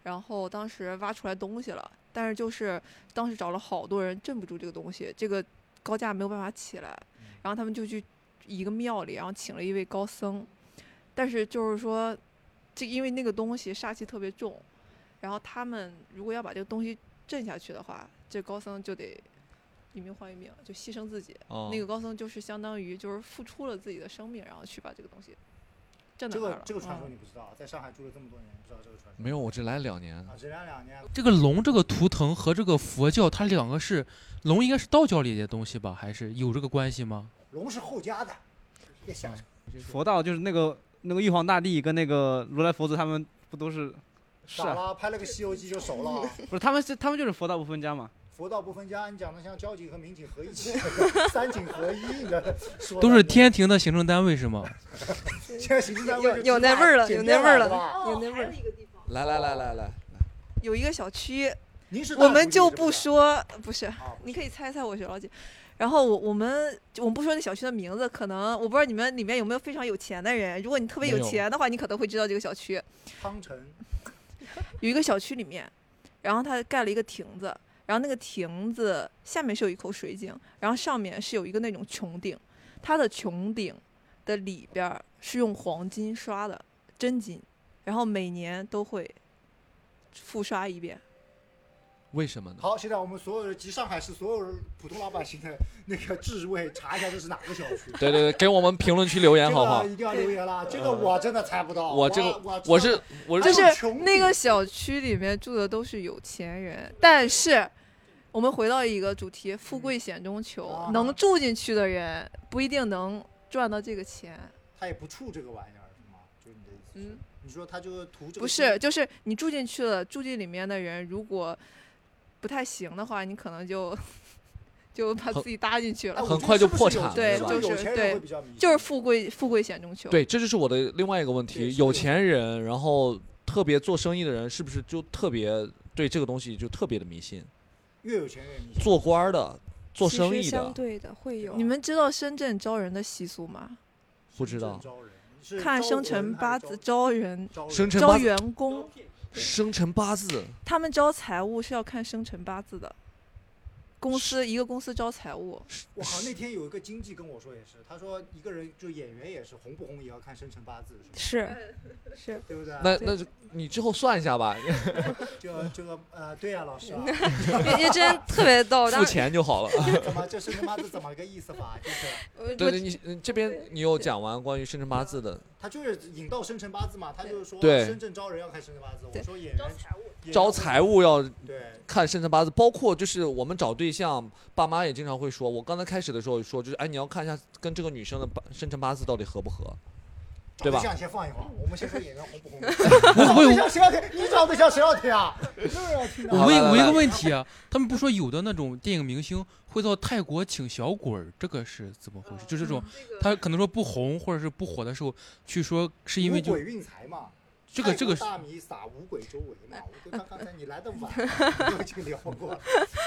F: 然后当时挖出来东西了，但是就是当时找了好多人镇不住这个东西，这个高架没有办法起来，然后他们就去一个庙里，然后请了一位高僧，但是就是说，这因为那个东西煞气特别重，然后他们如果要把这个东西镇下去的话，这高僧就得以命换一命，就牺牲自己。
A: 哦
F: 那个高僧就是相当于就是付出了自己的生命，然后去把这个东西镇到
C: 这
F: 那儿
C: 个
F: 了。
C: 这个传说
F: 嗯
C: 你不知道，在上海住了这么多年，你不知道这个传说。
A: 没有，我这来两年。
C: 啊，这两两年
G: 这个龙这个图腾和这个佛教，它两个是龙，应该是道教里的东西吧？还是有这个关系吗？
C: 龙是后加的，
A: 嗯
C: 别瞎扯。
H: 佛道就是那个那个玉皇大帝跟那个如来佛祖他们不都是是
C: 咋
H: 啊？
C: 了？拍了个《西游记》就熟了啊。
H: 不是他们是他们就是佛道不分家嘛？
C: 佛道不分家，你讲的像交警和民警合一起，三警合一，你知道说
G: 都是
C: 了
G: 天庭的行政单位是吗？
C: 现在行政单位
B: 有
C: 就
B: 有那味儿了
C: 简
B: 有
C: 便
B: 那味儿
C: 了
B: 了
C: 对吧
B: 有那味
F: 哦还
B: 儿
F: 有一个地方，
A: 来来来来来，
F: 有一个小区，
C: 您是大
F: 我们
C: 厨
F: 就
C: 你是不
F: 不
C: 是
F: 说，不是，
C: 啊，
F: 你可以猜猜我是老几。然后我我们我们不说那小区的名字，可能我不知道你们里面有没有非常有钱的人。如果你特别有
A: 没有
F: 钱的话，你可能会知道这个小区。
C: 汤臣
F: 有一个小区里面，然后它盖了一个亭子，然后那个亭子下面是有一口水井，然后上面是有一个那种穹顶，它的穹顶的里边儿是用黄金刷的，真金，然后每年都会复刷一遍。
A: 为什么呢？
C: 好，现在我们所有的集上海市所有普通老百姓的那个智慧，查一下这是哪个小区。
A: 对对对，给我们评论区留
C: 这
A: 言哎好不好呃
C: 个？一定要留言了，这个我真的猜不到。
A: 我这个
C: 我
A: 我
C: 知道
A: 是我
C: 还
F: 就
A: 这
C: 有
F: 是
C: 穷
F: 那
C: 人
F: 个小区里面住的都是有钱人，但是我们回到一个主题，富贵险中求，
C: 嗯啊
F: 能住进去的人不一定能赚到这个钱。
C: 他也不怵这个玩意儿，是吗？就是你的意思是？
F: 嗯，
C: 你说他就图这个
F: 不是，就是你住进去了，住进里面的人如果不太行的话，你可能就 就把自己搭进去
C: 哎
F: 了
C: 我。
A: 很
C: 觉得
A: 快
C: 是
A: 就
C: 不是
A: 破
C: 有
A: 产
F: 对
C: 是不是
F: 就是
C: 有钱人
F: 对
C: 会比较迷信，
F: 就是富贵富贵险中求。
A: 对，这就是我的另外一个问
C: 对
A: 题。
C: 是
A: 有钱人，然后特别做生意的人，是不是就特别对这个东西就特别的迷信？
C: 越有钱越迷信。
A: 做官儿的、做
B: 其
A: 生
B: 实
A: 意
B: 相
A: 的，
B: 对的会有
F: 你们知道深圳招人的习俗吗？
A: 不知
C: 深圳
A: 道
C: 招人是
F: 看
C: 招
F: 生
C: 魂
F: 辰
C: 还是
F: 八
C: 招
F: 字招人、
C: 招人
A: 生辰
F: 招
A: 八字，
F: 员工，
A: 生辰八字，
F: 他们招财务是要看生辰八字的。公司一个公司招财务，
C: 我好像那天有一个经纪跟我说也是，他说一个人就演员也是红不红也要看生辰八字，是吧？
B: 是是
C: 对不对？
A: 那那就你之后算一下吧，
C: 就就呃，对呀、老师 啊，
B: 因为之前特别逗，哦当
A: 付
B: 时
A: 钱就好了。啊
C: 怎么这生辰八字怎么个意思法？就是
B: 我
A: 对对，你你这边你有讲完关于生辰八字的
C: 他就是引到生辰八字嘛，他就是说
A: 对
C: 深圳招人要看生辰八字，我
B: 对
C: 说演员
B: 务，
C: 演员
A: 招财务要
C: 对，
A: 看生辰八字，包括就是我们找对象，爸妈也经常会说，我刚才开始的时候说，就是哎，你要看一下跟这个女生的八生辰八字到底合不合。
C: 找
A: 对吧
C: 对象先放一放，我们先说演员红不 红。
G: 我
C: 找
G: 我有
C: 对象谁要听？你找对象谁要听啊？没有人要听的。
G: 我
A: 好
G: 问
A: 来来
G: 我一
A: 来
G: 个问题啊，他们不说有的那种电影明星会到泰国请小鬼儿，这个是怎么回事？就这
B: 嗯
G: 种，他可能说不红或者是不火的时候，去说是因为
C: 五
G: 就
C: 鬼运财嘛，
G: 这个这个
C: 泰
G: 是
C: 国大米撒五鬼周围嘛。我跟刚刚才你来的 晚，我就聊过了，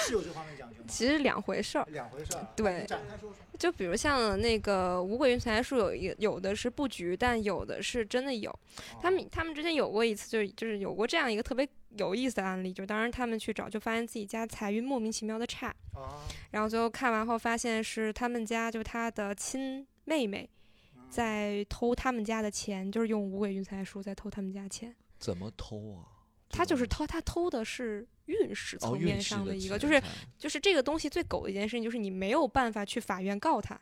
C: 是有这方面讲究吗？
B: 其实两回事儿。
C: 两回事儿啊。
B: 对
C: 你展开说说。
B: 就比如像那个五鬼运财术，有一有的是布局，但有的是真的有。他
A: 哦
B: 们他们之前有过一次，就是就是有过这样一个特别有意思的案例，就是当时他们去找，就发现自己家财运莫名其妙的差，
C: 啊，
B: 然后最后看完后发现是他们家就他的亲妹妹
C: 嗯
B: 在偷他们家的钱，就是用五鬼运财术在偷他们家钱。
A: 怎么偷啊？
B: 他就是是偷，他偷的是运势
A: 哦，
B: 层
A: 运
B: 面
A: 势
B: 上
A: 的
B: 一个，
A: 钱
B: 就是
A: 财
B: 就是这个东西最狗的一件事情，就是你没有办法去法院告他，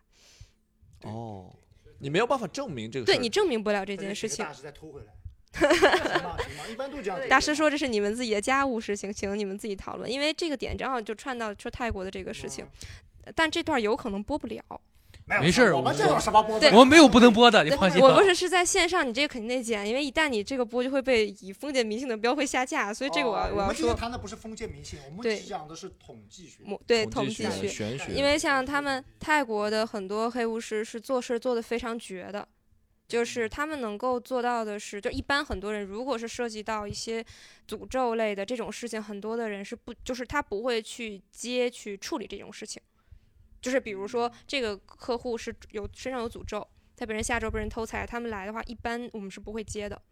A: 哦，你没有办法证明这个事
B: 对
A: 儿
B: 你证明不了这
C: 这
B: 件事情
C: 大。师再偷回 来。行吧行吧一般都这样。
B: 大师说这是你们自己的家务事情，请你们自己讨论。因为这个点正好就串到说泰国的这个
C: 的
B: 事情，，呃但这段有可能播不了。
C: 嗯没有
G: 没事儿
C: 我们
G: 我
C: 这有什么波动？
G: 我们没有不能播的，你放心
B: 我
G: 吧
B: 不。是是在线上，你这个肯定得剪，因为一旦你这个播就会被以封建迷信的标会下架，所以这个我要、
C: 哦
B: 我要
C: 们今天
B: 说，
C: 谈的不是封建迷信，我们
B: 对
C: 讲的是统计学。
B: 我对统
A: 计
B: 计
A: 学、
B: 学，
A: 玄学，
B: 因为像他们泰国的很多黑巫师是做事做得非常绝的。就是他们能够做到的是，就一般很多人，如果是涉及到一些诅咒类的这种事情，很多的人是不，就是他不会去接去处理这种事情。就是比如说，这个客户是有身上有诅咒，他被人下咒、被人偷财，他们来的话，一般我们是不会接的，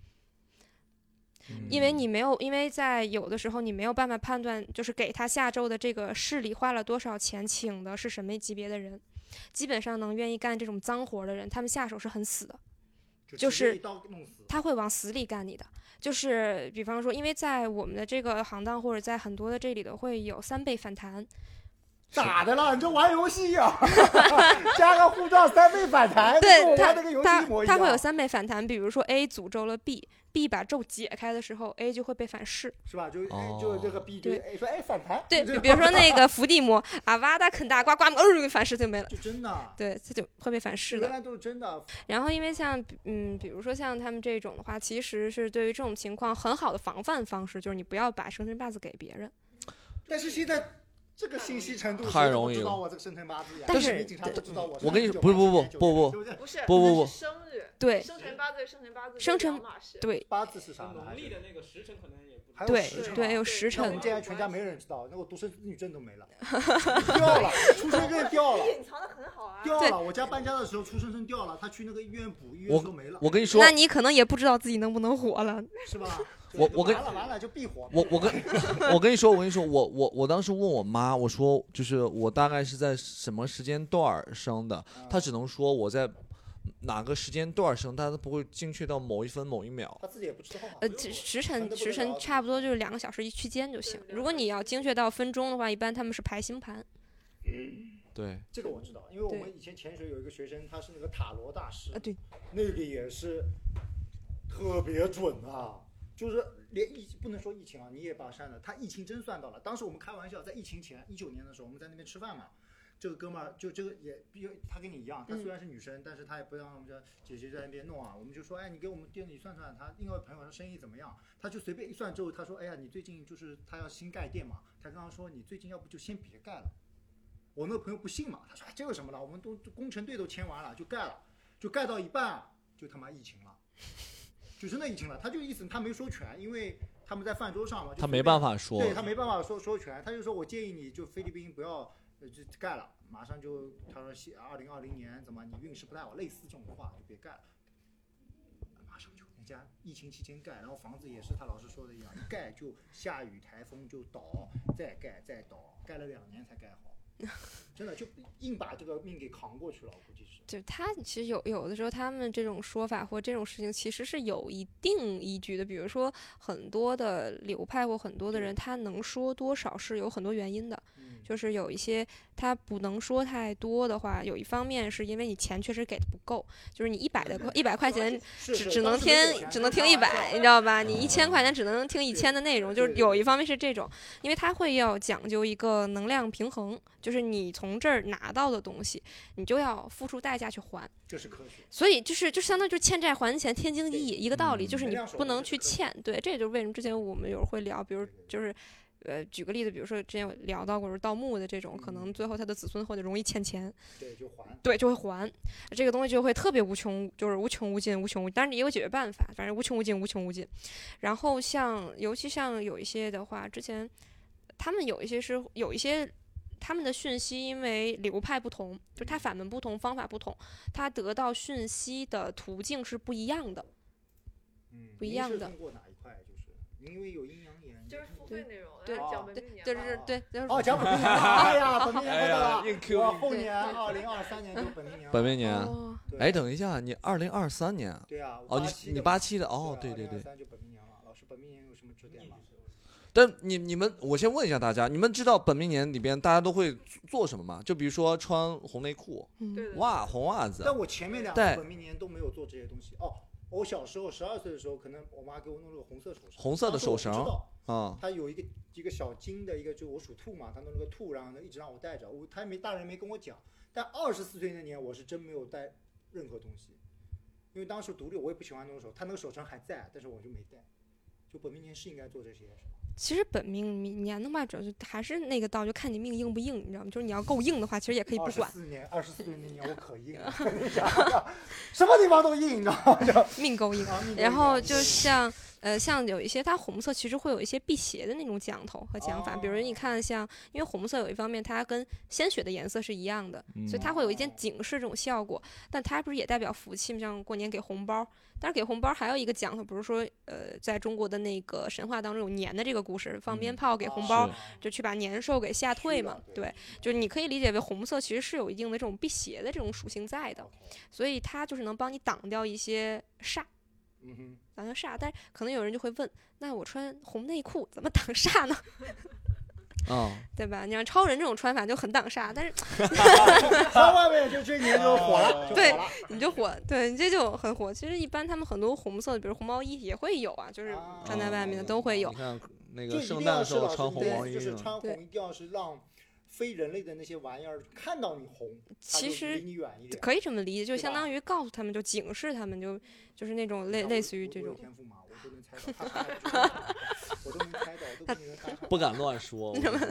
B: 因为你没有，因为在有的时候你没有办法判断，就是给他下咒的这个市里花了多少钱，请的是什么级别的人。基本上能愿意干这种脏活儿的人，他们下手是很死的。就
C: 直接
B: 是
C: 一刀弄死。
B: 他会往死里干你的。就是比方说，因为在我们的这个行当或者在很多的这里头会有三倍反弹，
C: 咋的了？你这玩游戏呀、 加个护照三倍反弹，
B: 对
C: 跟我
B: 他
C: 玩那个游戏
B: 他
C: 一模一
B: 他
C: 样。
B: 会有三倍反弹。比如说 A 诅咒了 B，B 把咒解开的时候，A 就会被反噬。
C: 是吧？就、哎
A: 哦
C: 就这个 B 就
B: 对
C: 哎说哎反弹，
B: 对，
C: 就
B: 比
C: 这
B: 比如 说那个伏地魔啊，哇哒肯大呱呱，呃，反噬就没了。
C: 就真的，啊
B: 对，他就会被反噬
C: 原
B: 的。
C: 来都是真的。啊
B: 然后，因为像比嗯，比如说像他们这种的话，其实是对于这种情况很好的防范方式，就是你不要把生辰八字给别人。
C: 但是现在这个信息程度，
A: 太容易了
C: 谁都不知道我这个生辰八字呀，
B: 但是
C: 警察不知道我是
A: 我跟你
C: 1989
A: 说不不不
C: 年
A: 不不
C: 对不对
I: 不是，
A: 不不
I: 那
A: 不
I: 是生日，
B: 对
I: 生辰八字，生辰八字，
B: 生辰
I: 码事。
B: 对
C: 八字是啥呢？
D: 农历的那个时辰可能也不
C: 还有
B: 对
C: 时辰
B: 对，
C: 啊
B: 有时
I: 那
C: 那
B: 辰
C: 我们。竟然全家没人知道，那我独生子女证 都没了，掉了，出生证掉了，
I: 哎隐藏的很好啊。
C: 掉
B: 对
C: 了。我家搬家的时候，出生证掉了，他去那个医院补，医
A: 我
C: 院说没了，
A: 我跟你说
B: 那，你可能也不知道自己能不能火 了。
C: 是吧？
A: 我我跟
C: 完了完了就必火。
A: 我我跟我跟你说，我跟你说，我我我当时问我妈，我说就是我大概是在什么时间段儿生的，
C: 嗯
A: 她只能说我在哪个时间段儿生，但她不会精确到某一分某一秒。
C: 他自己也不知道啊。
B: 呃，这时
C: 反
B: 辰
C: 正
B: 时
C: 不得
B: 辰
C: 了
B: 差不多就是两个小时一区间就行
I: 对。两
B: 如果你要精确到分钟的话，一般他们是排星盘。
A: 对，
C: 这个我知道，因为我
B: 对
C: 们以前潜水有一个学生，他是那个塔罗大师，
B: 啊对，
C: 那个也是特别准啊，就是连疫不能说疫情啊，你也把它删了，他疫情真算到了。当时我们开玩笑，在疫情前一九年的时候，我们在那边吃饭嘛。这个哥们儿就这个也，毕竟他跟你一样，他虽然是女生，但是他也不让我们家姐姐在那边弄啊。我们就说，哎，你给我们店里算算，他另外朋友他生意怎么样？他就随便一算之后，他说，哎呀，你最近就是他要新盖店嘛，他刚刚说你最近要不就先别盖了。我那个朋友不信嘛，他说，哎，这有什么了？我们都工程队都签完了，就盖了，就盖到一半啊就他妈疫情了。 就真的疫情了，他就意思他没说全，因为他们在饭桌上嘛，就
A: 他没
C: 随便
A: 办法说，
C: 对他没办法说说全，他就说我建议你就菲律宾不要呃就盖了，马上就他说西二零二零年怎么你运势不太好，类似这种话就别盖了。马上就人家疫情期间盖，然后房子也是他老师说的一样，一盖就下雨台风就倒，再盖再倒，盖了两年才盖好，真的就硬把这个命给扛过去了，我估计是。
B: 就他其实有有的时候，他们这种说法或这种事情，其实是有一定依据的。比如说，很多的流派或很多的人，他能说多少是有很多原因的。
C: 嗯，
B: 就是有一些他不能说太多的话，有一方面是因为你钱确实给的不够，就是你一百的一百块钱
C: 是
B: 只
C: 是
B: 只能
C: 当时
B: 听
C: 没有钱
B: 只能听一百，你知道吧？你一千块钱只能听一千的内容，就是
C: 对
B: 有一方面是这种，因为它会要讲究一个能量平衡，就是你从这儿拿到的东西，你就要付出代价去还。
C: 这是科学。
B: 所以就是就相当于就是欠债还钱，天经地义一个道理，
A: 嗯
B: 就是你
C: 量手
B: 不
C: 段
B: 能
C: 是
B: 去
C: 可以
B: 欠。对，这也就是为什么之前我们有时候会聊，比如
C: 对对对
B: 就是。呃，举个例子，比如说之前有聊到过，就是盗墓的这种，可
C: 嗯
B: 能最后他的子孙后代容易欠钱，
C: 对，就还。
B: 对，就会还这个东西就会特别无穷，就是无穷无尽，无穷无，但是也有解决办法，反正无穷无尽，无穷无尽。然后像尤其像有一些的话，之前他们有一些是有一些他们的讯息，因为流派不同，就是他法门不同，方法不同，他得到讯息的途径是不一样的。
C: 嗯
B: 不一
C: 您
B: 样
C: 是
B: 的
C: 通过哪一块？就是因为有阴阳眼，
I: 就是付费内容，
B: 对
I: 然后讲
C: 对
I: 本命年
B: 就
I: 吧
B: 是对，就是
C: 哦，啊讲本命年，哎呀，本命年
A: 哎
C: 快到
A: 呀，
C: 了。
A: 硬 Q
C: 我
A: 你
C: 后年二零二三年就本命年了。
A: 本命年啊，
B: 哦，
C: 对
A: 哎，等一下，你二零二三年啊，
C: 对啊，我
A: 哦，
C: 87
A: 你你
C: 的
A: 八七的，哦，对对
C: 对
A: 对
C: 啊，2023就本命年了。老师，本命年有什么指点吗？
A: 但你你们，我先问一下大家，你们知道本命年里边大家都会做什么吗？就比如说穿红内裤、
B: 嗯
I: 对对
A: 袜、红袜子，
C: 但我前面两
A: 对
C: 个本命年都没有做这些东西。哦，我小时候十二岁的时候，可能我妈给我弄了个红色手绳，
A: 红色的
C: 当时我
A: 手绳
C: 不知道
A: 啊，
C: 它有一个一个小金的一个，就我属兔嘛，他弄了个兔，然后呢一直让我带着，我他也没大人没跟我讲，但二十四岁那年我是真没有带任何东西，因为当时独立我也不喜欢那种手，他那个手绳还在，但是我就没带，就本命年是应该做这些是吧？
B: 其实本命年的话，主要就还是那个道，就看你命硬不硬，你知道吗？就是你要够硬的话，其实也可以不
C: 二十
B: 管。
C: 四年二十四岁那年我可硬了，什么地方都硬，你知道吗？
B: 命够硬。
C: 啊命 都
B: 然后
C: 硬
B: 就像呃，像有一些它红色其实会有一些辟邪的那种讲头和讲法，比如你
C: 哦
B: 看像，因为红色有一方面它跟鲜血的颜色是一样的，所
A: 嗯
B: 以它会有一件
C: 哦
B: 警示这种效果。但它不是也代表福气吗？像过年给红包，但是给红包还有一个讲头，比如说呃，在中国的那个神话当中有年的这个故事，放鞭
A: 嗯
B: 炮给红
C: 啊
B: 包，
A: 是
B: 就去把年兽给吓退
C: 是嗯
B: 嘛
C: 的。
B: 对，就是 你可以理解为红色其实是有一定的这种辟邪的这种属性在的，
C: OK
B: 所以它就是能帮你挡掉一些煞。
C: 嗯哼，
B: 挡掉煞，但是可能有人就会问，那我穿红内裤怎么挡煞呢？
A: 啊，
B: 对吧？你像超人这种穿法就很挡煞，但是
C: 他外面就这一年就火了，就
B: 对
C: 火了，
B: 你就火，对你这就很火。其实一般他们很多红色的，比如红毛衣也会有啊，就是
C: 啊
B: 穿在外面的都会有
A: 你。看那
C: 就
A: 个
C: 一定
A: 圣
C: 要
A: 诞
C: 是
A: 时候
C: 老师
A: 穿
C: 你
A: 红
C: 的意
A: 毛
C: 思
A: 衣
C: 就是
A: 嘛，
C: 穿
B: 对
C: 红一定要是让非人类的那些玩意儿看到你红，它
B: 其
C: 就
B: 实
C: 离你远一点。
B: 可以这么理解，就
C: 对
B: 相
C: 吧
B: 当于告诉他们，就警示他们，就就是那种
C: 你
B: 类
C: 知道
B: 类
C: 我
B: 似于
C: 我
B: 这
C: 我有
B: 种。
C: 天赋嘛，我都能猜到，他从来不知道我都能猜到，我都跟你们搭上。
A: 不敢乱说。我跟你说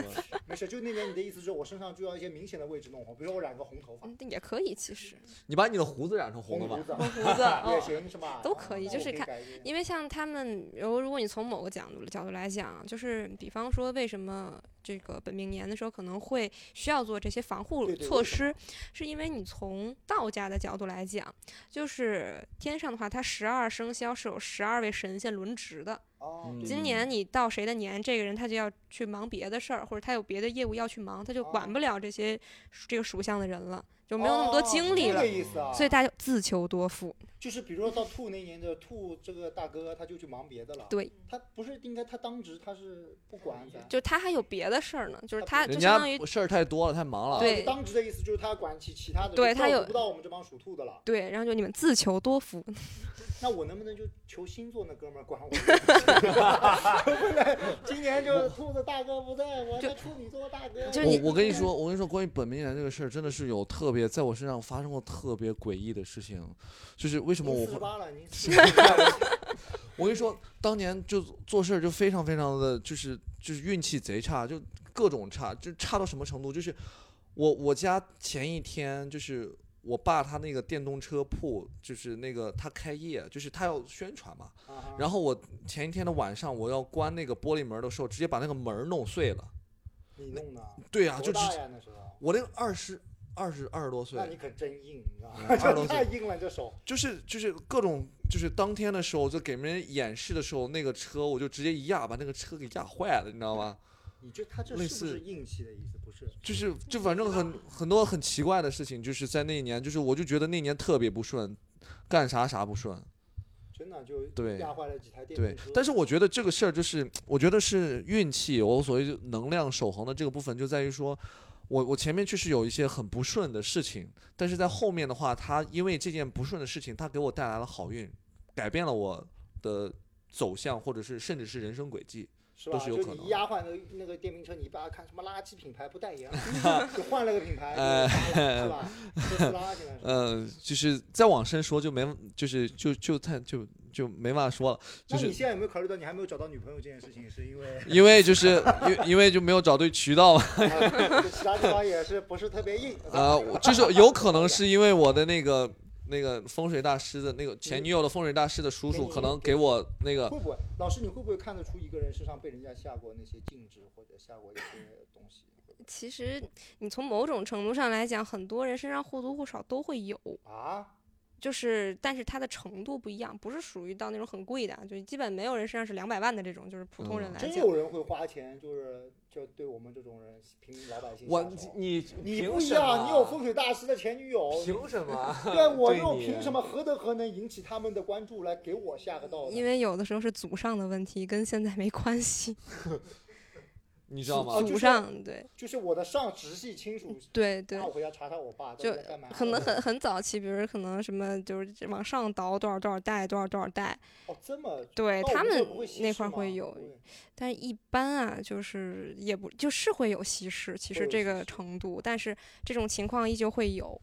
C: 没事，就那年你的意思是我身上就要一些明显的位置弄红，比如说我染个红头发、
B: 嗯，也可以，其实
A: 你把你的胡子染成红
C: 红
A: 的吧
C: 胡，子，
B: 胡子
C: 也
B: 哦，
C: 行是吧？
B: 都
C: 啊
B: 可以
C: 那
B: 就
C: 我
B: 是
C: 可以
B: 看
C: 改变
B: 因为像他们，如如果你从某个角度角度来讲，啊就是比方说，为什么这个本命年的时候可能会需要做这些防护
C: 对对
B: 措
C: 为什
B: 施，是因为你从道家的角度来讲，就是天上的话，它十二生肖是有十二位神仙轮值的。
C: 哦，
A: 嗯
C: 对
B: 今年你到谁的年，这个人他就要去忙别的事儿，或者他有别的业务要去忙，他就管不了这些属这个属相的人了，就没有那么多
C: 哦
B: 精力
C: 这
B: 了
C: 个。意思啊。
B: 所以大家就自求多福，
C: 就是比如说到兔那年的兔这个大哥，他就去忙别的了。
B: 对，
C: 他不是应该他当值他是不管咱。
B: 就他还有别的事儿呢，
C: 啊
B: 就是他
A: 人
B: 就相
A: 家
B: 当于
A: 事儿太多了，太忙了。
B: 对
C: 当值的意思就是他管起其他的，
B: 对
C: 就
B: 他
C: 照
B: 有
C: 顾不到我们这帮属兔的了。
B: 对，然后就你们自求多福，
C: 那我能不能就求星座那哥们儿管我？ 能不能今年就是兔子大哥不在，我
B: 就是
C: 处女座大哥。
B: 就是你
A: 我我跟你说，我跟你说，关于本命年这个事儿，真的是有特别在我身上发生过特别诡异的事情，就是为什么我
C: 您
A: 会
C: 四十八了，您四十八 了啊
A: 我跟你说，当年就做事儿就非常非常的就是就是运气贼差，就各种差，就差到什么程度？就是我我家前一天就是我爸他那个电动车铺，就是那个他开业，就是他要宣传嘛。
C: 啊
A: 然后我前一天的晚上，我要关那个玻璃门儿的时候，直接把那个门儿弄碎了。
C: 你弄的，
A: 对啊，就
C: 多
A: 直
C: 大
A: 接
C: 呀那时候？
A: 我那个二十二十二十多岁
C: 那，你可真硬，你知道吗？
A: 嗯二十多
C: 太
A: 岁
C: 硬了，这手。
A: 就是就是各种就是当天的时候，就给人演示的时候，那个车我就直接一压，把那个车给压坏了，你知道吗？
C: 你这他这
A: 类
C: 是不
A: 似
C: 是硬气的意思？不是，
A: 就是就反正很很多很奇怪的事情，就是在那一年，就是我就觉得那一年特别不顺，干啥啥不顺。
C: 真的就
A: 对
C: 压坏了几台电
A: 对
C: 动车。，
A: 但是我觉得这个事儿就是，我觉得是运气，我所谓能量守恒的这个部分就在于说，我我前面确实有一些很不顺的事情，但是在后面的话，它因为这件不顺的事情，它给我带来了好运，改变了我的走向，或者是甚至是人生轨迹。
C: 是吧？
A: 都是有
C: 就
A: 可
C: 你
A: 能
C: 一压换那个那个电瓶车，你把它看什么垃圾品牌不代言， 就换了个品牌，是吧？特斯拉现在是。
A: 呃，哎就是再往深说就没，就是就就太就就没办法说了，就
C: 那
A: 是
C: 你现在有没有考虑到你还没有找到女朋友这件事情，是因为
A: 因为就是因为因为就没有找对渠道嘛，
C: 啊其他地方也是不是特别硬？
A: 啊，我就是有可能是因为我的那个那个风水大师的那个前女友的风水大师的叔叔，可能给我那个
C: 会不会老师你会不会看得出一个人身上被人家下过那些禁止或者下过一些东西？
B: 其实你从某种程度上来讲，很多人身上或多或少都会有，
C: 啊，
B: 就是但是它的程度不一样，不是属于到那种很贵的，就基本没有人身上是两百万的这种，就是普通人
A: 嗯
B: 来
C: 真
B: 讲。
C: 有人会花钱，就是就对我们这种人平民老百姓
A: 我
C: 下手
A: 你
C: 你
A: 凭
C: 不一
A: 什么
C: 样，你有风水大师的前女 友，
A: 凭什么？
C: 对我
A: 对
C: 又
A: 你
C: 凭什么何德何能引起他们的关注来给我下个道呢？
B: 因为有的时候是祖上的问题，跟现在没关系。
A: 你知道
C: 啊
A: 吗
C: 就？
B: 祖
C: 是
B: 上对
C: 就是我的上直系亲属，
B: 对 对
C: 那，我回家查查我爸
B: 就
C: 到底在干嘛，
B: 可能很很早期，比如可能什么就是往上倒多少多少代多少多少代，
C: 哦这么。
B: 对
C: 那我
B: 哎他
C: 这
B: 们
C: 不稀
B: 那
C: 释
B: 块儿
C: 吗
B: 会有
C: 不，
B: 但是一般啊，就是也不就是会有稀释，其
C: 会
B: 实
C: 有
B: 这
C: 稀
B: 个
C: 释
B: 程度，但是这种情况依旧会有，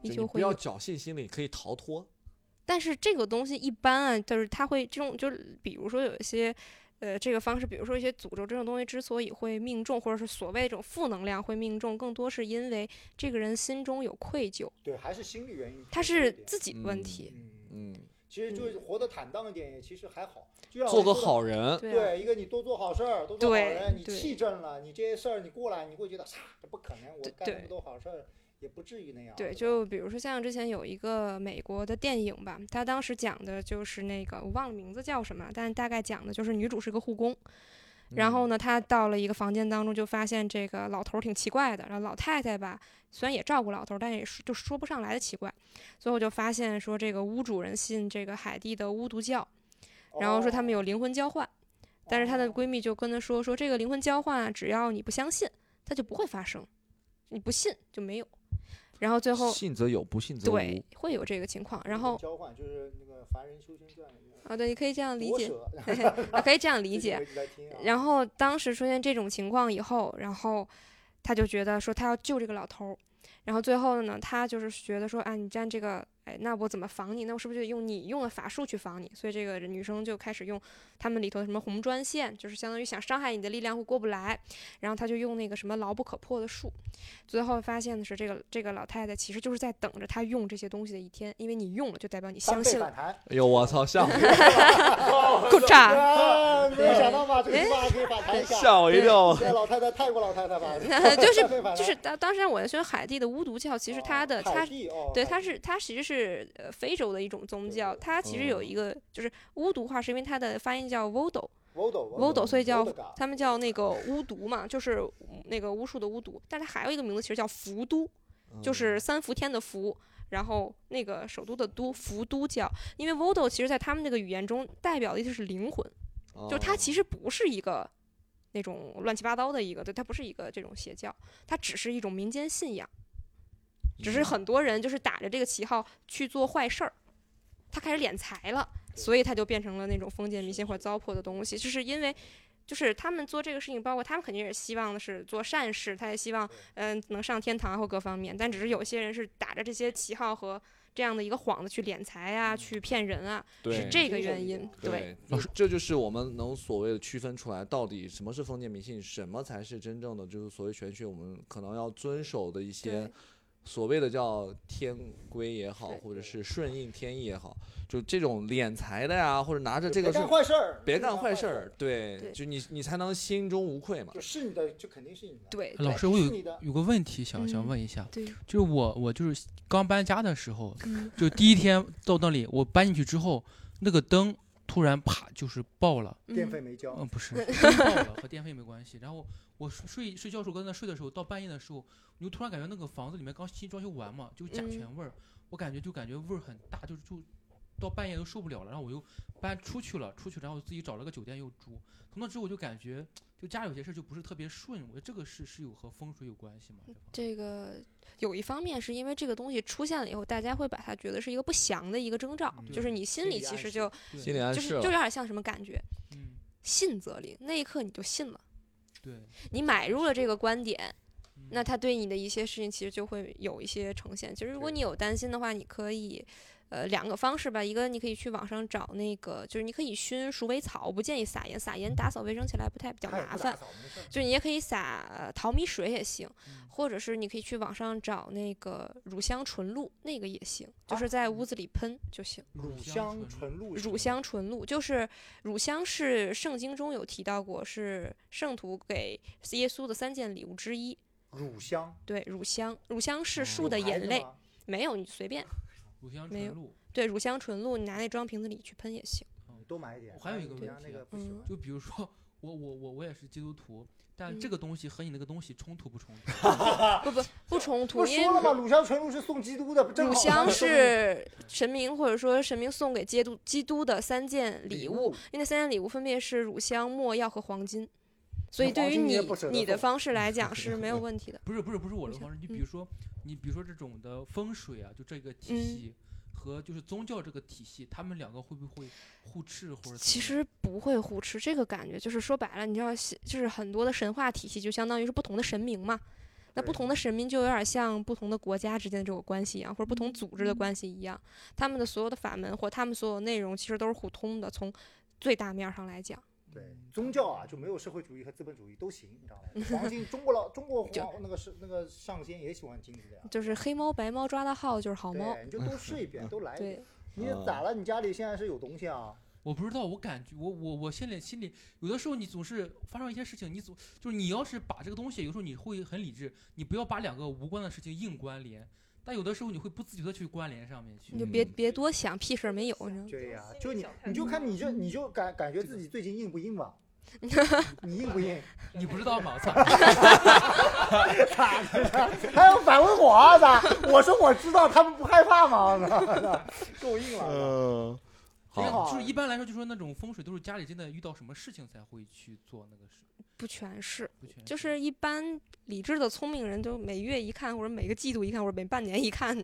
B: 依
A: 就
B: 旧
A: 你不
B: 会
A: 要
B: 有。
A: 侥幸心理，可以逃脱。
B: 但是这个东西一般啊，就是它会这种，就是比如说有一些，呃，这个方式，比如说一些诅咒这种东西之所以会命中，或者是所谓这种负能量会命中，更多是因为这个人心中有愧疚，
C: 对，还是心理原因。
B: 他是自己的问
A: 嗯
B: 题。
C: 嗯，
A: 嗯，
C: 其实就是活得坦荡一点，也其实还好。就像
A: 做
C: 我
A: 个
C: 说的，
A: 好人。
B: 对啊，
C: 对一个你多做好事儿，多做好
B: 对
C: 人，你
B: 对
C: 气正了，你这些事儿你过来，你会觉得啥？这不可能，我
B: 对
C: 干那
B: 对
C: 么多好事儿也不至于那样。
B: 对，
C: 吧
B: 就比如说像之前有一个美国的电影吧，他当时讲的就是那个我忘了名字叫什么，但大概讲的就是女主是个护工，然后
A: 嗯
B: 呢，他到了一个房间当中，就发现这个老头儿挺奇怪的。然后老太太吧，虽然也照顾老头儿，但也说就说不上来的奇怪。最后就发现说，这个屋主人信这个海地的巫毒教，然后说他们有灵魂交换。但是她的
C: 哦
B: 闺蜜就跟她说，说这个灵魂交换啊，只要你不相信，它就不会发生；你不信就没有。然后最后
A: 信则有，不信则无。
B: 对会有这个情况，然
C: 灵魂
B: 后
C: 交换就是那个《凡人修仙传》里面
B: 啊，对，你可以 这样理
C: 夺
B: 解，
C: 舍
B: 嘿嘿啊可以这样理
C: 这几
B: 解
C: 个。 你来听啊
B: 然后当时出现这种情况以后，然后他就觉得说他要救这个老头儿，然后最后呢，他就是觉得说，啊，你占这个，哎，那我怎么防你？那我是不是就用你用的法术去防你？所以这个女生就开始用他们里头的什么红砖线，就是相当于想伤害你的力量会过不来，然后他就用那个什么牢不可破的术。最后发现的是，这个这个老太太其实就是在等着他用这些东西的一天，因为你用了，就代表你
C: 翻
B: 相
C: 倍
B: 信了
C: 反。弹，
A: 哎呦我操，吓我
B: 够炸！
C: 啊，没有想到吧？这
B: 哎
C: 个爸可以反弹一下。
A: 吓我一跳！啊
C: 这老太太，泰国老太太吧，
B: 就是
C: 翻倍反弹
B: 就是当当时我在学海地的巫毒教，其实它的
C: 哦
B: 它
C: 海地哦
B: 对，
C: 海
B: 它
C: 地
B: 是它其实是呃非洲的一种宗
C: 对
B: 教，
C: 对
B: 它其实有
A: 哦
B: 一个就是巫毒话，是因为它的发音叫 voodoo
C: Vodo
B: voodoo，所以叫
C: Vodka
B: 他们叫那个巫毒嘛，就是那个巫术的巫毒。但它还有一个名字，其实叫伏都，
A: 哦
B: 就是三伏天的伏。然后那个首都的都伏都教，因为 voodoo 其实在他们那个语言中代表的就是灵魂，
A: 嗯，
B: 就它其
A: 实
B: 实不是一个那种乱七八糟的一个，对，它不是一个这种邪教，它只是一种民间信仰，只是很多人就是打着这个旗号去做坏事儿。他开始敛财了，所以他就变成了那种封建迷信或糟粕的东西，就是因为。就是他们做这个事情，包括他们肯定也希望的是做善事，他也希望嗯能上天堂或各方面，但只是有些人是打着这些旗号和这样的一个幌子去敛财啊，去骗人啊，
A: 对
B: 是这个原因。对，
A: 对，就是这就是我们能所谓的区分出来，到底什么是封建迷信，什么才是真正的就是所谓玄学，我们可能要遵守的一些
B: 对
A: 所谓的叫天规也好
B: 对，
A: 或者是顺应天意也好，就这种敛财的呀，或者拿着这个
C: 别
A: 是
C: 干坏事儿，
A: 别干
C: 坏
A: 坏事儿，，对，
B: 对
A: 就你你才能心中无愧嘛
C: 就。是你的就肯定是你的。哎
B: 对，
G: 老
B: 对，
G: 师，我
C: 是
G: 有
C: 你的
G: 有个问题想想
B: 嗯
G: 问一下，
B: 对
G: 就是我我就是刚搬家的时候，
B: 嗯
G: 就第一天到那里，我搬进去之后，那个灯突然啪就是爆了，
C: 电费没交，
G: 嗯， 不是灯爆 了和电费没关系。然后我睡睡睡觉的时候跟那睡的时候，到半夜的时候，我就突然感觉那个房子里面刚新装修完嘛，就甲醛味儿，
B: 嗯
G: 我感觉就感觉味儿很大，就是就到半夜都受不了了。然后我又搬出去了，出去然后自己找了个酒店又住。从那之后我就感觉就家里有些事就不是特别顺，我觉得这个是是有和风水有关系吗？这方面
B: 这个有一方面是因为这个东西出现了以后，大家会把它觉得是一个不祥的一个征兆，
C: 嗯
B: 就是你心里其实就
G: 对
A: 心理暗
B: 就是
A: 示
B: 就
A: 了
B: 有点像什么感觉，
G: 嗯，
B: 信则灵，那一刻你就信了，
G: 对，
B: 你买入了这个观点，
G: 嗯
B: 那他对你的一些事情其实就会有一些呈现。其实如果
G: 对
B: 你有担心的话，你可以，呃，两个方式吧，一个你可以去网上找那个，就是你可以熏鼠尾草，我不建议撒盐，撒盐打扫卫生起来不太比较
C: 他也
B: 麻
C: 哎不
B: 烦
C: 打。扫，没事儿。
B: 就是你也可以撒呃淘米水也行，
G: 嗯
B: 或者是你可以去网上找那个乳香纯露，那个也行，就是在
C: 哦
B: 屋子里喷就行。
C: 乳
G: 香
C: 香纯露是
B: 乳香纯露就是乳香是圣经中有提到过，是圣徒给耶稣的三件礼物之一。
C: 乳香
B: 对，乳香，乳香是
G: 哦
B: 树的
C: 有牌
B: 眼
C: 子
B: 泪，
C: 吗
B: 没有你随便。
G: 乳香
B: 没
G: 纯
B: 有
G: 露。
B: 对，乳香纯露，你拿那装瓶子里去喷也行。
C: 你多买一点。
G: 我还有一个
C: 你
G: 问
C: 家
G: 题
C: 那
G: 啊
C: 个不
B: 嗯
C: 喜欢。
G: 就比如说我我我我也是基督徒，但
B: 嗯
G: 这个东西和你那个东西冲突不冲突？
B: 不不不冲突，
C: 啊不
B: 因
C: 说了吗？
B: 为
C: 乳香纯露是送基督的，不正
B: 乳
C: 好吗
B: 香是神明或者说神明送给基督基督的三件
A: 嗯
B: 礼物，，因为那三件礼物分别是乳香、没药和黄金，所以
C: 那哎
B: 对
C: 黄
B: 于
C: 金你
B: 你
C: 也不舍得嗯
B: 你的
C: 送
B: 方式来 讲是没有问题的。
G: 不是不是不是我
B: 你
G: 的
B: 想
G: 方式，你比
B: 嗯
G: 如说你比如说这种的风水啊，就这个体
B: 嗯
G: 系和就是宗教这个体系，他们两个会不会互斥或者怎么样？
B: 其实不会互斥，这个感觉就是说白了，你知道，就是很多的神话体系就相当于是不同的神明嘛。那不
C: 对
B: 同的神明就有点像不同的国家之间的这种关系一样，或者不同组织
C: 嗯
B: 的关系一样，他们的所有的法门或他们所有内容其实都是互通的，从最大面儿上来讲。
C: 对宗教啊就没有社会主义和资本主义都行，你知道吗？黄金中国老中国
B: 就
C: 皇那个是那个上仙也喜欢金子的呀。
B: 就是黑猫白猫抓到耗就是好猫，
C: 对，你就都试一遍，都来一遍。
B: 对，
C: 你咋了？你家里现在是有东西啊？
G: 我不知道，我感觉我我我心里心里有的时候你总是发生一些事情，你总就是你要是把这个东西，有时候你会很理智，你不要把两个无关的事情硬关联，但有的时候你会不自觉的去关联上面去
B: 你。就别别多想，屁事儿没有，你知道吗？
C: 对呀、
I: 嗯心
C: 就
I: 里
C: 你
I: 小太
C: 你就
I: 阳
C: 看你这
B: 嗯
C: 你就感感觉自己最近硬不硬 吧？你硬不硬？
G: 你不知道吗？我 操！
C: 还要反问我啊？咋？我说我知道，他们不害怕吗？ 够硬了。
A: 嗯，
C: 挺
A: 好，
C: 好
G: 就是一般来说，就说那种风水都是家里真的遇到什么事情才会去做那个事，
B: 不全是，
G: 不全
B: 就是一般理智的聪明人，就每月一看，或者每个季度一看，或者每半年一看，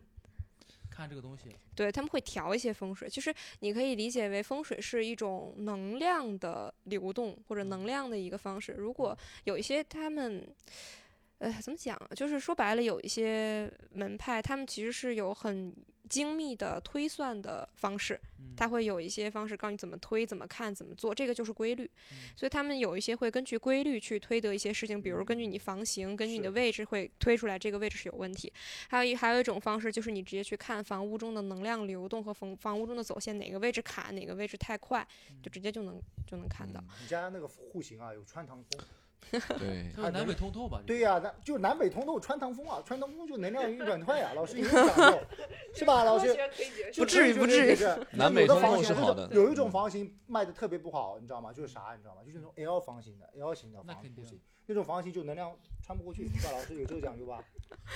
G: 看这个东西。
B: 对他们会调一些风水，就是你可以理解为风水是一种能量的流动或者能量的一个方式。如果有一些他们，呃，怎么讲啊？就是说白了，有一些门派，他们其实是有很精密的推算的方式，
G: 嗯，
B: 他会有一些方式告诉你怎么推、怎么看、怎么做，这个就是规律。
G: 嗯
B: 所以他们有一些会根据规律去推得一些事情，比如根据你房型、根据你的
C: 是
B: 位置会推出来这个位置是有问题。还有一还有一种方式就是你直接去看房屋中的能量流动和房房屋中的走线，哪个位置卡，哪个位置太快，就直接就能就能看到。
C: 你家那个户型啊，有穿堂风。
A: 嗯 对，
G: 就是南北通透吧。
C: 对呀、那就南北通透，穿堂风啊，穿堂风就能量与软块呀、老师也有讲究，是吧？老师，
I: 可以解释
C: 就
B: 不至于
C: 就
B: 不
C: 是
B: 至于
C: 就是
A: 南北
C: 有的
A: 通
C: 房
A: 透
C: 型
A: 是
C: 就
A: 好的
C: 有
B: 嗯
C: 一种房型卖的特别不好，你知道吗？就是啥，你知道吗？就是那种 L 房型的 L 型的
G: 那
C: 房
G: 肯定
C: 户型，那种房型就能量穿不过去。你看老师有这个讲究吧？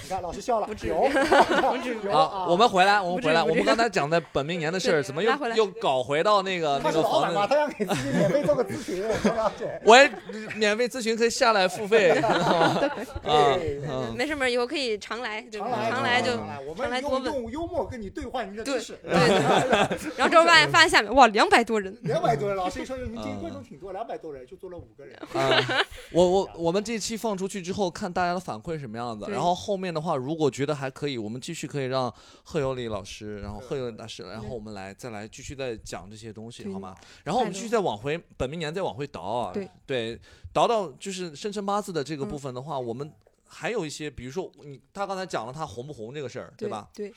C: 你看老师笑了，有 有
A: 好，
C: 啊。
A: 我们回来，我
B: 不
A: 们
B: 至
A: 回
B: 于
A: 来，
B: 不
A: 我们
B: 至
A: 刚才讲的本命年的事儿，怎么又
B: 拉回来
A: 又搞回到那个
C: 他
A: 那
C: 是
A: 个
C: 老板
A: 房
C: 嘛，
A: 子？
C: 他要给自己免费做个咨询，我了解。
A: 喂，免费咨询可以下来付费， 啊
C: 对，
A: 嗯，
B: 没事没事，以后可以常来，对
C: 常
B: 吧
C: 来
B: 常
A: 常
B: 来
A: 来
B: 就
C: 常来，我
B: 常来
C: 们
B: 多
C: 用
B: 问。
C: 用幽默跟你兑换你的知识。
B: 对对，然后之后发现发现下面哇，两百多人，
C: 两百多人，老师一说你
A: 嗯
C: 这观众挺多，两百多人就坐了五个 人。
A: 啊，我我我们这期放出去之后，看大家的反馈是什么样子。
B: 对
A: 然后后面的话，如果觉得还可以，我们继续可以让贺有礼老师，然后贺有礼大师，然后我们来再来继续再讲这些东西，
B: 对
A: 好吗？然后我们继续再往回本命年再往回倒啊，
B: 对
A: 倒到就是生辰八字的这个
B: 嗯
A: 部分的话，我们还有一些，比如说你他刚才讲了他红不红这个事儿，对吧？？
B: 对，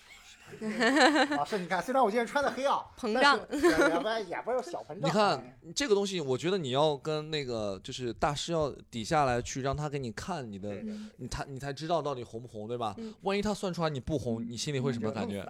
C: 老师，你看，虽然我今天穿的黑啊，
B: 膨胀
C: 但是也不是也不是小膨胀。
A: 你看，这个东西，我觉得你要跟那个就是大师要底下来去让他给你看你的
C: 对
A: 你才你才知道到底红不红，对吧？
B: 嗯
A: 万一他算出来你不红，你心里会什么感觉？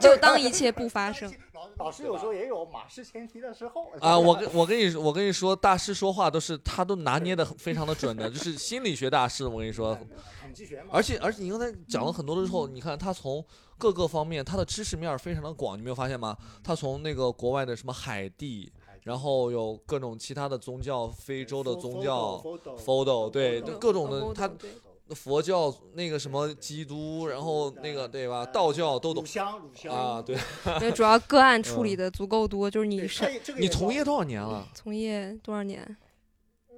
B: 就当一切不发 生。
C: 老老师有时候也有马失前蹄的时候
A: 啊，我 跟我跟你我跟你说，大师说话都是他都拿捏的非常的准的，就是心理学大师。我跟你说，
C: 统计学嘛，
A: 而且而且你刚才讲了很多的时候，你看他从各个方面，他的知识面儿非常的广，你没有发现吗？他从那个国外的什么海地，然后有各种其他的宗教，非洲的宗教。Fodo 对
B: 对
A: 各种的，
B: Fodo，
A: 他
B: 对
A: 佛教那个什么基督，然后那个对吧，道教都懂
C: 乳香乳香
A: 啊，对。
B: 对，主要个案处理的足够多，就是你是
A: 你从业多少年了？
B: 从业多少年？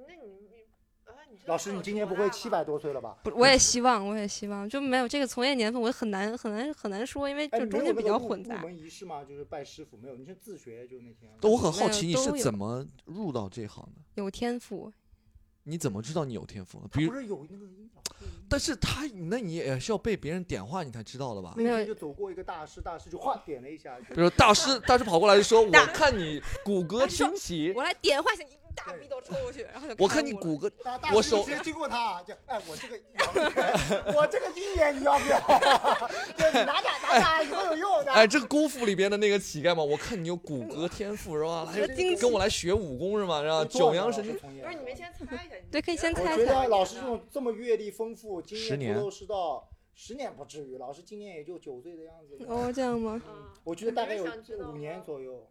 I: 那你你，啊，你
C: 老师，你今年不会七百多岁了吧？
B: 不，我也希望，我也希望，就没有这个从业年份，我很难很难很难说，因为
C: 哎，
B: 就中间比较混杂
C: 部。门仪式吗？就是拜师傅没有？你是自学就那天。
A: 我很好
B: 没有
A: 奇你是
B: 都有
A: 怎么入到这行的？
B: 有天赋，
A: 你怎么知道你有天赋的？比啊
C: 不
A: 如，
C: 是有那个
A: 但是他那你也是要被别人点化你才知道的吧？
C: 那天就走过一个大师，大师就哗点了一下，
A: 比如大 师，大师跑过来就说：“我
B: 大
A: 看你骨骼清奇，
B: 我来点化一下你，一大逼都抽过去，然后就
A: 我看
B: 开
A: 你
B: 悟了
A: 骨骼。
C: 大大
A: 我
C: 师
A: 手
C: 直接经过他，就哎，我这个我这个鹰眼你要不要？就你拿打拿打，有没有用”的？
A: 哎，这个功夫里边的那个乞丐嘛，我看你有骨骼天赋是吧？来，
B: 我惊喜
A: 跟我来学武功是吗？然后九阳神君，
I: 不是你们先猜一下，你
B: 对可以先
C: 我
B: 猜
C: 觉
B: 猜
C: 得老师
I: 啊
C: 这种这么阅历丰富，经
A: 十
C: 验
A: 年
C: 头头是道，十年不至于，老师今年也就九岁的样子。
B: 哦，这样吗？
I: 嗯，
C: 我觉得大概有
I: 你们想知道吗
C: 五年左右。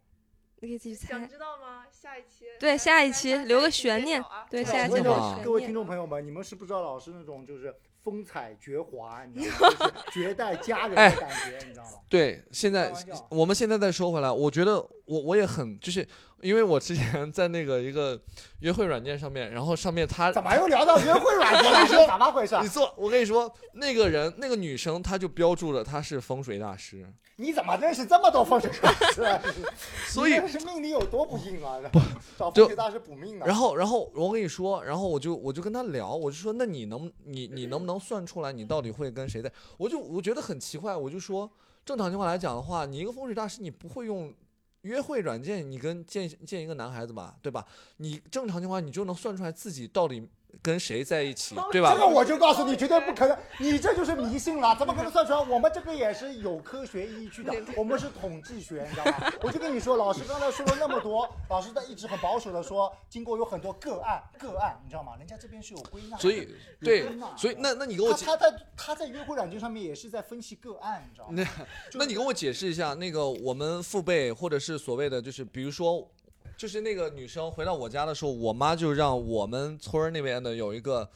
B: 你可以继续
I: 想
B: 猜。
I: 知道吗？下一期
B: 对，下一
I: 大家
B: 期
I: 大家
B: 留个
I: 一起
B: 悬
I: 揭
B: 念
I: 晓啊。
B: 对，
C: 老
B: 下一
C: 师
B: 期
A: 真
B: 留
A: 的
B: 个
A: 吗
B: 悬
C: 各位
B: 念
C: 听众朋友们，你们是不知道老师那种就是风采绝华，你知道吗？就是绝代佳人
A: 哎
C: 的感觉，你知道 吗？
A: 对，现在
C: 开玩笑
A: 我们现在再说回来，我觉得我我也很就是，因为我之前在那个一个约会软件上面，然后上面他
C: 怎么又聊到约会软件了？是怎么回事啊
A: 你？做，我跟你说，那个人那个女生，她就标注着她是风水大师，
C: 你怎么认识这么多风水大师啊？
A: 所以
C: 你，这是命里有多不硬啊？不，找风水大师补命啊！
A: 然后，然后我跟你说，然后我就我就跟她聊，我就说，那你能你你能不能算出来你到底会跟谁在？我就我觉得很奇怪，我就说，正常情况来讲的话，你一个风水大师，你不会用。约会软件，你跟见见一个男孩子吧，对吧？你正常情况下你就能算出来自己到底跟谁在一起，对吧
C: 这？个我就告诉你，绝对不可能，你这就是迷信了，怎么可能算出来？我们这个也是有科学依据的，我们是统计学，你知道吗？ 我就跟你说，老师刚才说了那么多，老师在一直很保守的说，经过有很多个案个案，你知道吗？人家这边是有归纳的，
A: 所以
C: 有
A: 对
C: 归纳，的
A: 所以那那你给我解
C: 他他在他在约会软件上面也是在分析个案，你知道吗？
A: 那你跟我解释一下，那个我们父辈或者是所谓的，就是比如说，就是那个女生回到我家的时候，我妈就让我们村儿那边的有一个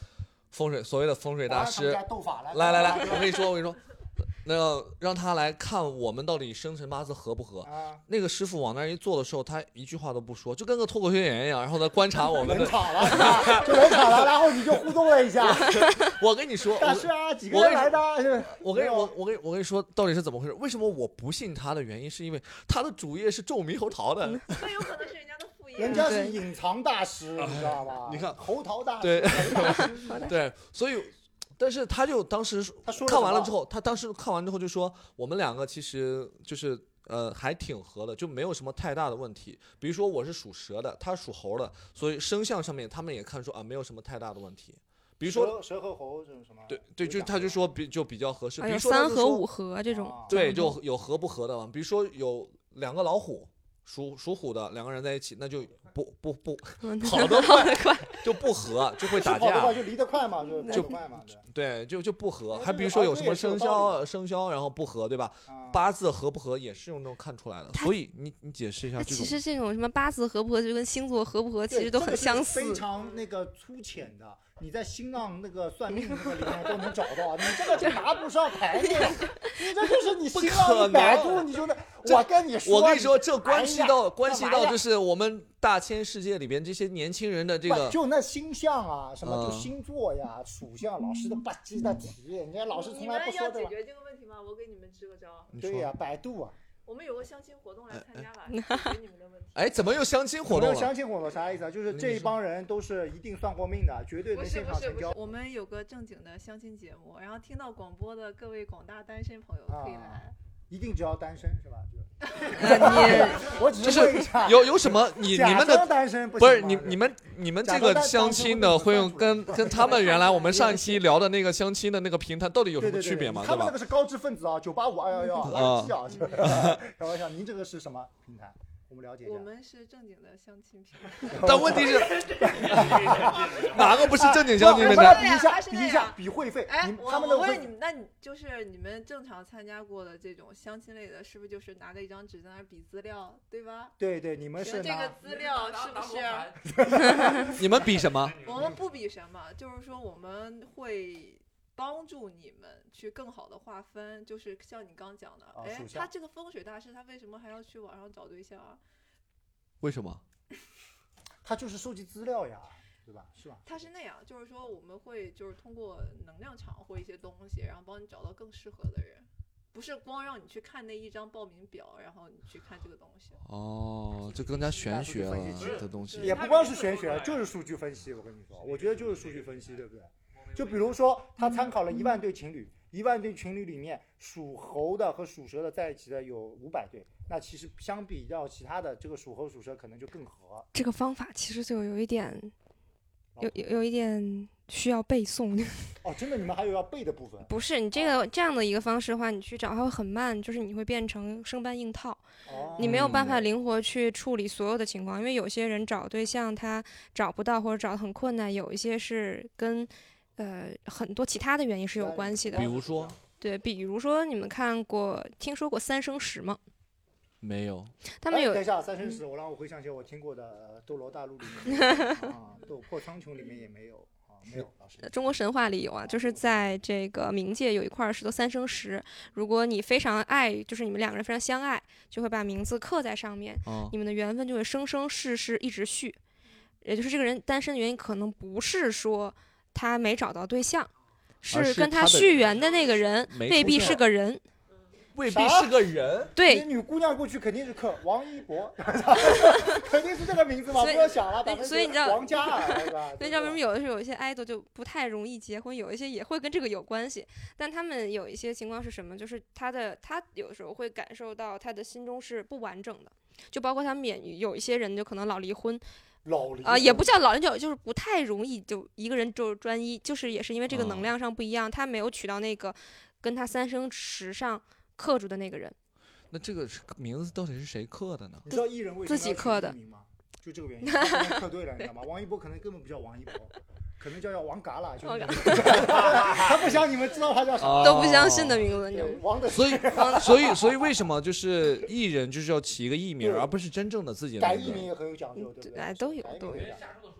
A: 风水所谓的风水
C: 啊
A: 大师，
C: 斗法来
A: 来来 来，我跟你说，我跟你说，那个让他来看我们到底生辰八字合不合。
C: 啊，
A: 那个师傅往那儿一坐的时候，他一句话都不说，就跟个脱口秀演员一样，然后在观察我们
C: 冷
A: 的。
C: 场了是吧，就冷场了，然后你就互动了 一下，
A: 我跟你说，
C: 大
A: 我
C: 师啊，几个人来的？是
A: 我跟
C: 没有
A: 我我跟我跟你说，到底是怎么回事？为什么我不信他的原因，是因为他的主业是种猕猴桃 的。
I: 那有可能是人家的副业。
C: 人家是隐藏大师，你知道吧？
A: 啊你看
C: 猴桃大师，
A: 对
C: 大师，
A: 对，所以，但是他就当时
C: 他说
A: 看完了
C: 什么
A: 之，后，他当时看完之后就说，我们两个其实就是呃还挺合的，就没有什么太大的问题。比如说我是属蛇的，他属猴的，所以生相上面他们也看出啊没有什么太大的问题。比如说，
C: 蛇蛇和猴这种什么？
A: 对对，就他就说比就比较合适。
B: 哎
A: 比
B: 呦，
A: 如说他
B: 三
A: 就
B: 合
A: 说
B: 啊五合这种，
C: 啊
A: 对，
B: 嗯
A: 就有合不合的嘛。比如说有两个老虎，属属虎的两个人在一起，那就不不不
B: 嗯
A: 跑得
B: 好
A: 快
B: 得快，
A: 就不合，就会打
C: 跑得
A: 架
C: 快。就离得快嘛，就
A: 就
C: 跑得快嘛，对
A: 对，就就不合。
C: 哎
A: 还
C: 对
A: 比如说
C: 啊
A: 有
C: 这
A: 什
C: 也
A: 么
C: 是
A: 生
C: 有道
A: 肖生肖，然后不合，对吧？
C: 啊
A: 八字合不合也是用这种看出来的。所以你你解释一下
B: 那
A: 这
B: 其
A: 种。
B: 实这种什么八字合不合，就跟星座合不合，其
C: 对
B: 实都
C: 这个
B: 很
C: 是
B: 相似。
C: 非常那个粗浅的，你在新浪那个算命那个里面都能找到，你这个就拿不上牌面， 你这就是你新
A: 不可
C: 浪
A: 能
C: 百度，你就能。
A: 这
C: 我跟你说，
A: 我跟你说，这关系到、关系
C: 干嘛
A: 到
C: 呀
A: 就是我们大千世界里边这些年轻人的这
C: 不
A: 个，
C: 就那星象啊，什么就
A: 嗯
C: 星座呀、属相，老师都不记得提，人家老师
I: 你
C: 从来不
I: 们要
C: 说对
I: 解
C: 吧？
I: 决这个问题吗？我给你们支个招。
A: 你
C: 对
A: 说
C: 呀，百度啊，
I: 我们有个相亲活动来参加 吧，解决你们的问题。
A: 哎，怎么又相亲活
C: 我没
A: 动
C: 有
A: 了？
C: 相信我了，啥意思啊？就是这一帮人都是一定算过命的，绝对能
I: 不是
C: 现
I: 不
C: 场
I: 是
C: 成
I: 不是
C: 交，。
F: 我们有个正经的相亲节目，然后听到广播的各位广大单身朋友可以来。
C: 一定只要单身是吧？就
F: 那你
C: 我只
A: 就是
C: 问一下，
A: 有有什 么你你
C: 假
A: 们
C: 装
A: 的
C: 单身
A: 不是
C: 行吗啊
A: 你你们你们
C: 假
A: 这
C: 装
A: 个
C: 单
A: 相
C: 单身
A: 亲
C: 会
A: 的
C: 被
A: 会用
C: 分出来
A: 跟 跟他们原来我们上期聊的那个相亲的那个平台到底有
C: 对
A: 什
C: 对
A: 么
C: 对
A: 区别吗？
C: 他们
A: 吧
C: 那？个是高知分子啊，九八五二幺幺
A: 啊
C: 垃圾 啊！就是开玩笑，您这个是什么平台？我们了解一
F: 我
C: 下。
F: 们是正经的相亲平台。
A: 但问题 是， 哪个不是正经相亲
C: 我
A: 的
C: 们
A: 呢？
C: 来比一
I: 他
C: 下，
I: 是
C: 比
I: 那样
C: 一下，比会费。
F: 哎
C: 你，
F: 我
C: 他们
F: 我
C: 的
F: 问
C: 会
F: 你们，那你就是你们正常参加过的这种相亲类的，是不是就是拿着一张纸在那儿比资料，对吧？
C: 对对，你们
F: 凭
C: 是
F: 这个
C: 拿
F: 资料是不是？
A: 你们比什么？
F: 我们不比什么，就是说我们会帮助你们去更好的划分，就是像你刚讲的，
C: 啊
F: 哎、
C: 属相
F: 他这个风水大师，他为什么还要去网上找对象啊？
A: 为什么？
C: 他就是收集资料呀，对吧？是吧？
F: 他是那样，就是说我们会就是通过能量场或一些东西，然后帮你找到更适合的人，不是光让你去看那一张报名表，然后你去看这个东西。
A: 哦，这更加玄学了的东西。
C: 也不光是玄学，就是数据分析。我跟你说，我觉得就是数据分析，对不对？就嗯比如说，他参考了一万对情侣，一万对情侣里面属猴的和属蛇的在一起的有五百对，那其实相比较其他的，这个属猴属蛇可能就更合。
B: 这个方法其实就有一点，有有有一点需要背诵。
C: 哦，真的，你们还有要背的部分。
B: 不是你这
A: 嗯
B: 个这样的一个方式的话，你去找它会很慢，就是你会变成生搬硬套，
C: 哦，
B: 你没有办法
A: 嗯
B: 灵活去处理所有的情况，因为有些人找对象他找不到或者找得很困难，有一些是跟。呃，很多其他的原因是有关系的
A: 比，如说
B: 对，比如说你们看过、听说过三生石吗？
A: 没有，呃
B: 他们
C: 哎
B: 有嗯
C: 等一下三生石，我让我回想起我听过的呃《斗罗大陆》里 面啊，《斗破苍穹》里面也没有啊，没有老师。
B: 中国神话里有啊，就是在这个冥界有一块石头三生石，如果你非常爱，就是你们两个人非常相爱，就会把名字刻在上面，
A: 啊
B: 你们的缘分就会生生世世一直续。也就是这个人单身的原因，可能不是说他没找到对象，
A: 而
B: 是
A: 是
B: 跟
A: 他的
B: 续缘的那个人
A: 没
B: 未
A: 出
B: 必
A: 现
B: 是个人。
A: 未必是个人。
B: 对，
C: 女姑娘过去肯定是刻王一博， 肯定是这个名字嘛，不
B: 所以
C: 要想了，百分
B: 对
C: 之
B: 所以你知道
C: 王嘉尔，啊对吧？
B: 所以你知道为什么有的时候有一些 idol 就不太容易结婚，有一些也会跟这个有关系。但他们有一些情况是什么？就是他的他有的时候会感受到他的心中是不完整的，就包括他们也有一些人就可能老离婚
C: 老离
B: 啊、也不叫老离婚，就是不太容易就一个人就专一，就是也是因为这个能量上不一样，他没有娶到那个跟他三生石上刻住的那个人。
A: 那这个是名字到底是谁刻的呢？
C: 你知道艺人为什么
B: 自
C: 要
B: 己刻的
C: 取艺名吗？就这个原因，他可能刻对了，你知道吗？王一博可能根本不叫王一博，可能叫叫王嘎啦，就
B: 王
C: 是 他不想你们知 道他叫啥，
B: 都不相信的。名字，你知道
C: 对
B: 吗？
C: 王的
A: 所以，所以，所以为什么就是艺人就是要起一个艺名，
C: 对
A: 而不是真正的自己的
C: 改
A: 名
C: 艺名
A: 字？
C: 也很有讲究，对不对？
B: 哎都有
C: 改艺名
B: 都
C: 也
B: 有
C: 讲究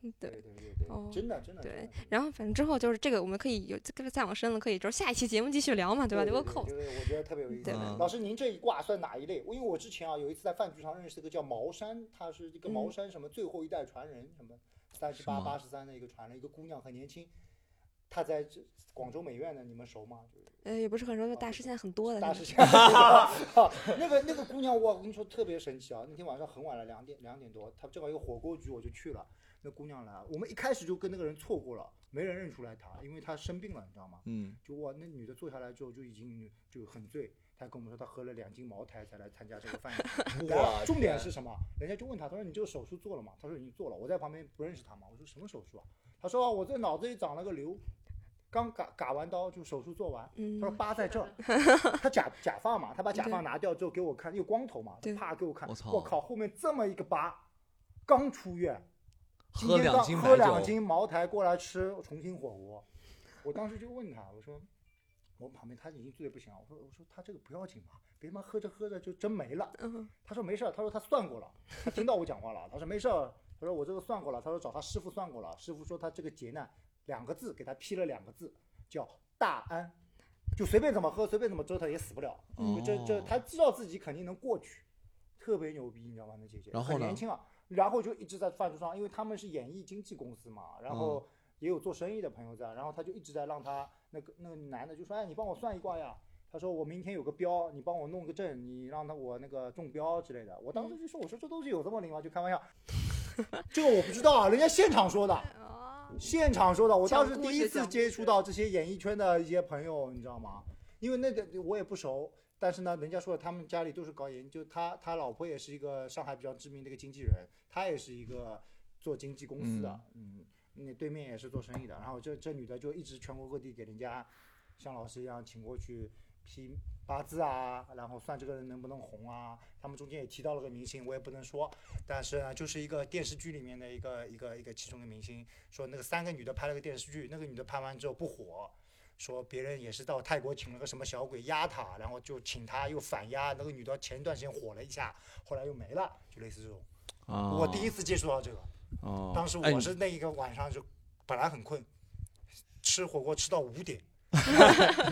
C: 对
B: 对。
C: 对对对
B: 哦
C: 对，真的真的。
B: 对
C: 真的
B: 然后反正之后就是这个，我们可以有这个再往深了，可以就是下一期节目继续聊嘛，对吧？留个
C: 对
B: 扣子。
C: 对对我觉得特别有意思
B: 对
A: 吧。
C: 老师，您这一卦算哪一类？因为我之前啊有一次在饭局上认识一个叫茅山，他是一个
B: 嗯
C: 茅山什么最后一代传人，什么三十
A: 是
C: 八
A: 吗
C: 八十三的一个传人，一个姑娘很年轻，她在这广州美院的，你们熟吗？就是
B: 呃，也不是很熟，就大师现在很多的。
C: 大
B: 现
C: 师
B: 在
C: 兄，那个那个姑娘，我跟你说特别神奇啊！那天晚上很晚了，两点两点多，她正好有个火锅局，我就去了。那姑娘来，我们一开始就跟那个人错过了，没人认出来她，因为她生病了，你知道吗？
A: 嗯，
C: 就哇，那女的坐下来之后就已经就很醉，她跟我们说她喝了两斤茅台才来参加这个饭局。然后重
A: 啊
C: 点是什么？人家就问她，她说你这个手术做了吗？她说已经做了。我在旁边不认识她嘛，我说什么手术啊？她说啊我这脑子里长了个瘤。刚嘎嘎完刀就手术做完，
F: 嗯
C: 他说疤在这儿，他假假发嘛，他把假发拿掉之后给我看，又光头嘛，
F: 对
C: 他啪给我看，
A: 我操
C: 我靠，后面这么一个疤，刚出院，今
A: 喝
C: 天
A: 两
C: 刚
A: 斤
C: 喝
A: 白
C: 两
A: 酒，
C: 斤茅台过来吃重庆火锅，我当时就问他，我说。我旁边他已经醉得不行了，我说我说他这个不要紧吧，别他妈喝着喝着就真没了。
F: 嗯
C: 他说没事儿，他说他算过了，他听到我讲话了，他说没事儿，他说我这个算过了，他说找他师傅算过了，师傅说他这个劫难两个字给他批了两个字，叫大安，就随便怎么喝，随便怎么折腾也死不了。
B: 嗯
C: 就这这
A: 哦
C: 他知道自己肯定能过去，特别牛逼，你知道吗？那姐姐
A: 然后
C: 很
A: 呢
C: 年轻啊，然后就一直在饭桌上，因为他们是演艺经纪公司嘛，然后
F: 嗯
C: 也有做生意的朋友在，然后他就一直在让他那个那个男的就说，哎，你帮我算一卦呀。他说我明天有个标，你帮我弄个证，你让他我那个中标之类的。我当
F: 嗯
C: 时就说，我说这东西有这么灵吗？就开玩笑， 这个我不知道啊，人家现场说的。
B: 哦，
C: 现场说的，我当时
F: 讲故
C: 第
F: 事
C: 一次
F: 讲故
C: 接触到这些演艺圈的一些朋友，你知道吗？因为那个我也不熟，但是呢，人家说他们家里都是搞研究，他他老婆也是一个上海比较知名的一个经纪人，他也是一个做经纪公司的，嗯，那对面也是做生意的，然后这这女的就一直全国各地给人家像老师一样请过去批八字啊，然后算这个人能不能红啊。他们中间也提到了个明星，我也不能说，但是呢，就是一个电视剧里面的一个一个一个其中的明星，说那个三个女的拍了个电视剧，那个女的拍完之后不火，说别人也是到泰国请了个什么小鬼压她，然后就请她又反压那个女的，前一段时间火了一下，后来又没了，就类似这种。我第一次接触到这个，
A: 啊哦，
C: 当时
A: 哎
C: 我是那一个晚上就本来很困，吃火锅吃到五 点，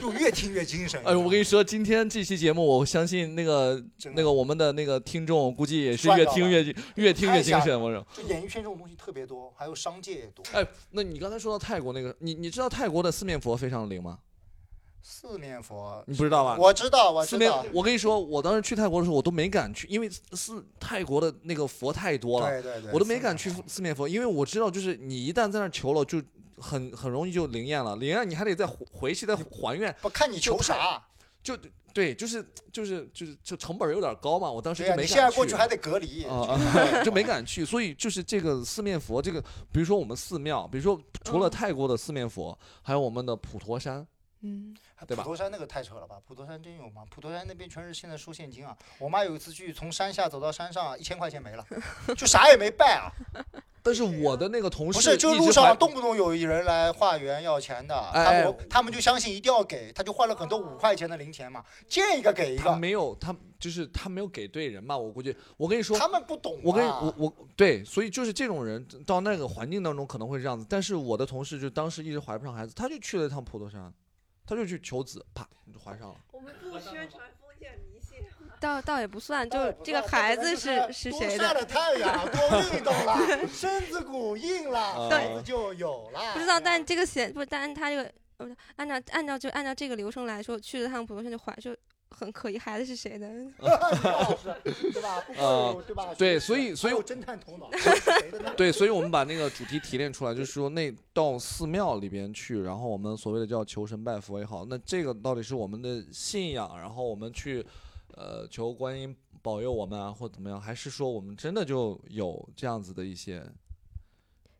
C: 就越听越精神。
A: 哎，我跟你
C: 你
A: 说，今天这期节目，我相信那个
C: 真的
A: 那个我们的那个听众，估计也是
C: 赚
A: 越
C: 到
A: 听
C: 了
A: 越越听越精
C: 太吓
A: 神。我说，
C: 知道，就演艺圈这种东西特别多，还有商界也多。
A: 哎，那你刚才说到泰国那个，你你知道泰国的四面佛非常灵吗？
C: 四面佛，
A: 你不知道吧？
C: 我知道，我
A: 四
C: 知
A: 面
C: 道，，
A: 我跟你说，我当时去泰国的时候，我都没敢去，因为四泰国的那个佛太多了，
C: 对对对，
A: 我都没
C: 四
A: 敢
C: 面
A: 去
C: 佛
A: 四面佛，因为我知道，就是你一旦在那儿求了，就很很容易就灵验了，灵验你还得再回回去再还愿，
C: 不看你
A: 就
C: 求啥，
A: 就对，就是就是就是就成本儿有点高嘛，我当时
C: 对
A: 就
C: 呀，
A: 没
C: 你
A: 敢
C: 现在过去还得隔离，
A: 啊啊，就没敢去。所以就是这个四面佛，这个比如说我们寺庙，比如说除了
F: 嗯
A: 泰国的四面佛，还有我们的普陀山。
F: 嗯，
C: 还
A: 对吧
C: 普陀山那个太扯了吧？普陀山真有吗？普陀山那边全是现在收现金啊！我妈有一次去从山下走到山上，一千块钱没了，就啥也没 拜啊！
A: 但是我的那个同事
C: 不是，就
A: 一
C: 路
A: 直
C: 上
A: 怀
C: 动不动有人来化缘要钱的，他
A: 哎
C: 们他们就相信一定要给，他就换了很多五块钱的零钱嘛，见一个给一
A: 他
C: 个。
A: 没有他就是他没有给对人嘛，我估计。我跟你说，
C: 他们不懂啊，
A: 我跟你我我对，所以就是这种人到那个环境当中可能会这样子。但是我的同事就当时一直怀不上孩子，他就去了一趟普陀山，他就去求子，啪就怀上了。
I: 我们不宣传封建迷信，
B: 倒倒也不算， 就
C: 哎
B: 这个孩子是是谁
C: 多晒
B: 的，
C: 了太阳，多运动 了，身子骨硬 了，
A: 对
C: 孩子就有了。哎
B: 不知道。但这个显不，但他这个呃不是按照按照就按照这个流程来说，去了趟普陀山就怀就很可疑，孩子是谁的？
C: 呃对吧？不
A: 呃
C: 会有对吧？
A: 对所以所以
C: 还有侦探头 脑，是谁 的呢？
A: 对，所以我们把那个主题提炼出来，就是说那到寺庙里边去，然后我们所谓的叫求神拜佛也好，那这个到底是我们的信仰，然后我们去，呃，求观音保佑我们啊，或怎么样，还是说我们真的就有这样子的一些，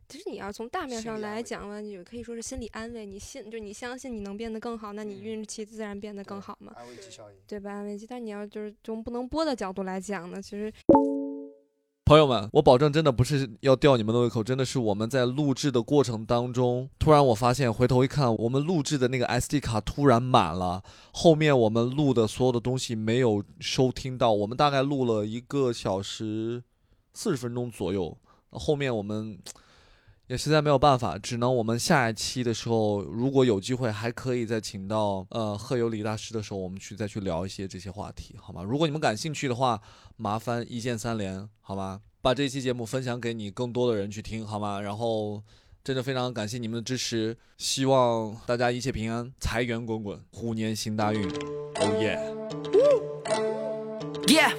B: 其实你要从大面
C: 心
B: 上
C: 理安
B: 来
C: 慰
B: 讲呢，你可以说是心理安慰，你信就你相信你能变得更好，那你
C: 嗯
B: 运气自然变得更
C: 对
B: 好嘛，
C: 安慰剂效应。
B: 对吧？安慰剂。但你要就是从不能播的角度来讲呢，其实
A: 朋友们，我保证真的不是要吊你们的胃口，真的是我们在录制的过程当中，突然我发现，回头一看，我们录制的 那个 SD 卡突然满了，后面我们录的所有的东西没有收听到，我们大概录了一个小时四十分钟左右，后面我们。也实在没有办法，只能我们下一期的时候，如果有机会，还可以再请到呃贺友礼大师的时候，我们去再去聊一些这些话题，好吗？如果你们感兴趣的话，麻烦一键三连，好吗？把这期节目分享给你更多的人去听，好吗？然后真的非常感谢你们的支持，希望大家一切平安，财源滚滚，虎年行大运。哦耶！
J: Yeah.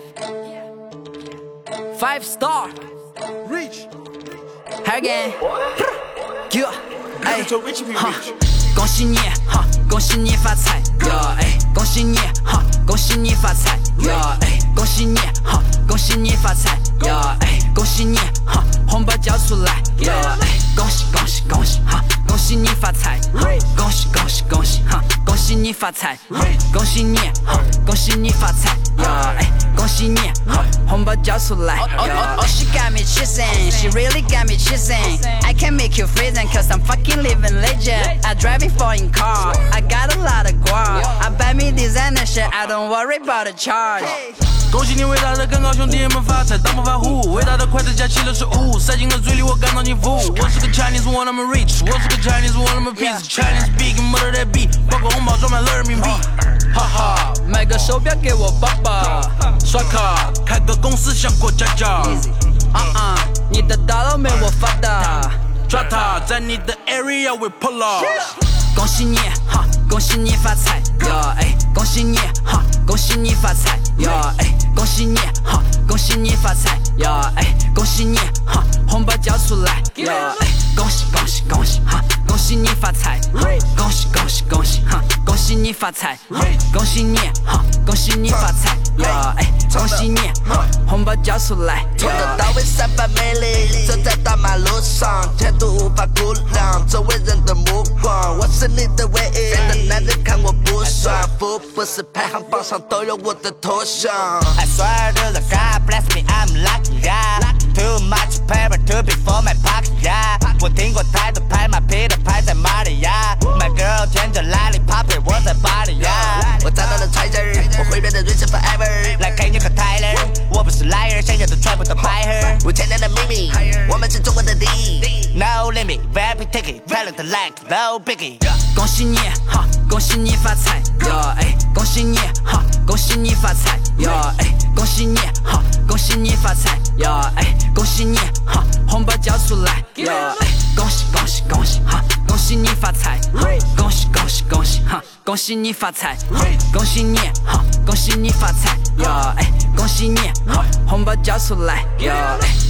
J: Five star. Rich. Again. Yeah. 哎，哈，恭喜你哈，恭喜你发财呀！哎，恭喜你哈，恭喜你发财呀！哎，恭喜你哈，恭喜你发财呀！哎，恭喜你哈，红包交出来呀！哎，恭喜恭喜恭喜哈，恭喜你发财哈，恭喜恭你发财，哈恭喜你，哈恭喜你发财呀！哎，恭喜你，哈红包交出来
K: oh, oh,
J: 呀
K: oh,
J: she got me chasing, she really got me chasing. I can make you freezing, cause I'm fucking living legend. I drive a foreign car, I got a lot of guap. I buy me designer shit, I don't worry about the charge.
L: 恭喜你伟大的更高兄弟们发财，当暴发户，伟大的筷子夹起了食物，塞进了嘴里，我感到幸福。我是个 Chinese，我那么 rich，我是个 Chinese，我那么 peace，Chinese speaking mother that beat，包个红包装满了人民币。
J: Oh,
L: 哈哈，买个手表给我爸爸，刷卡开个公司像过家家。啊啊，你的大佬没我发达，抓他，在你的 area we pull up。
J: 恭喜你，哈，恭喜你发财呀！哎，恭喜你，哈，恭喜你发财呀！哎，恭喜你，哈，恭喜你发财呀！哎，恭喜你，哈，红包交出来呀！哎，恭喜恭喜恭喜哈，恭喜你发财，哈恭喜恭喜恭喜哈，恭喜你发财，哈恭喜你，哈，恭喜你发财呀！哎，恭喜你，哈，红包交出来
K: 从头
J: 呀！
K: 到尾散发魅力，走在大马路上，前途无法估量，周围人的目光，我是你的唯一。别的男人看我不爽，福布斯排行榜上都有我的头像。
M: I swear to the God, bless me, I'm lucky, yeah. Too much paper to be for my pocket, yeah. 我听过太多拍马屁的拍在马里呀。My girl 牵着 lollipop，我在巴黎呀。我找到了 treasure，我会变得 rich forever。来 Kenny 和 Tyler，我不是 liar，剩下的全部都 buyer。我天亮的秘密，我们是中国的第一。No limit, VIP ticket, talent like no biggie。
J: 恭喜你，哈，恭喜你发财呀！哎，恭喜你，哈，恭喜你发财呀！哎，恭喜你，哈，恭喜你发财呀！哎，恭喜你，哈，红包交出来呀！哎，恭喜恭喜恭喜哈，恭喜你发财，哈恭喜恭喜恭喜哈，恭喜你发财，哈恭喜你，哈，恭喜你发财呀！哎，恭喜你，哈，红包交出来呀！哎。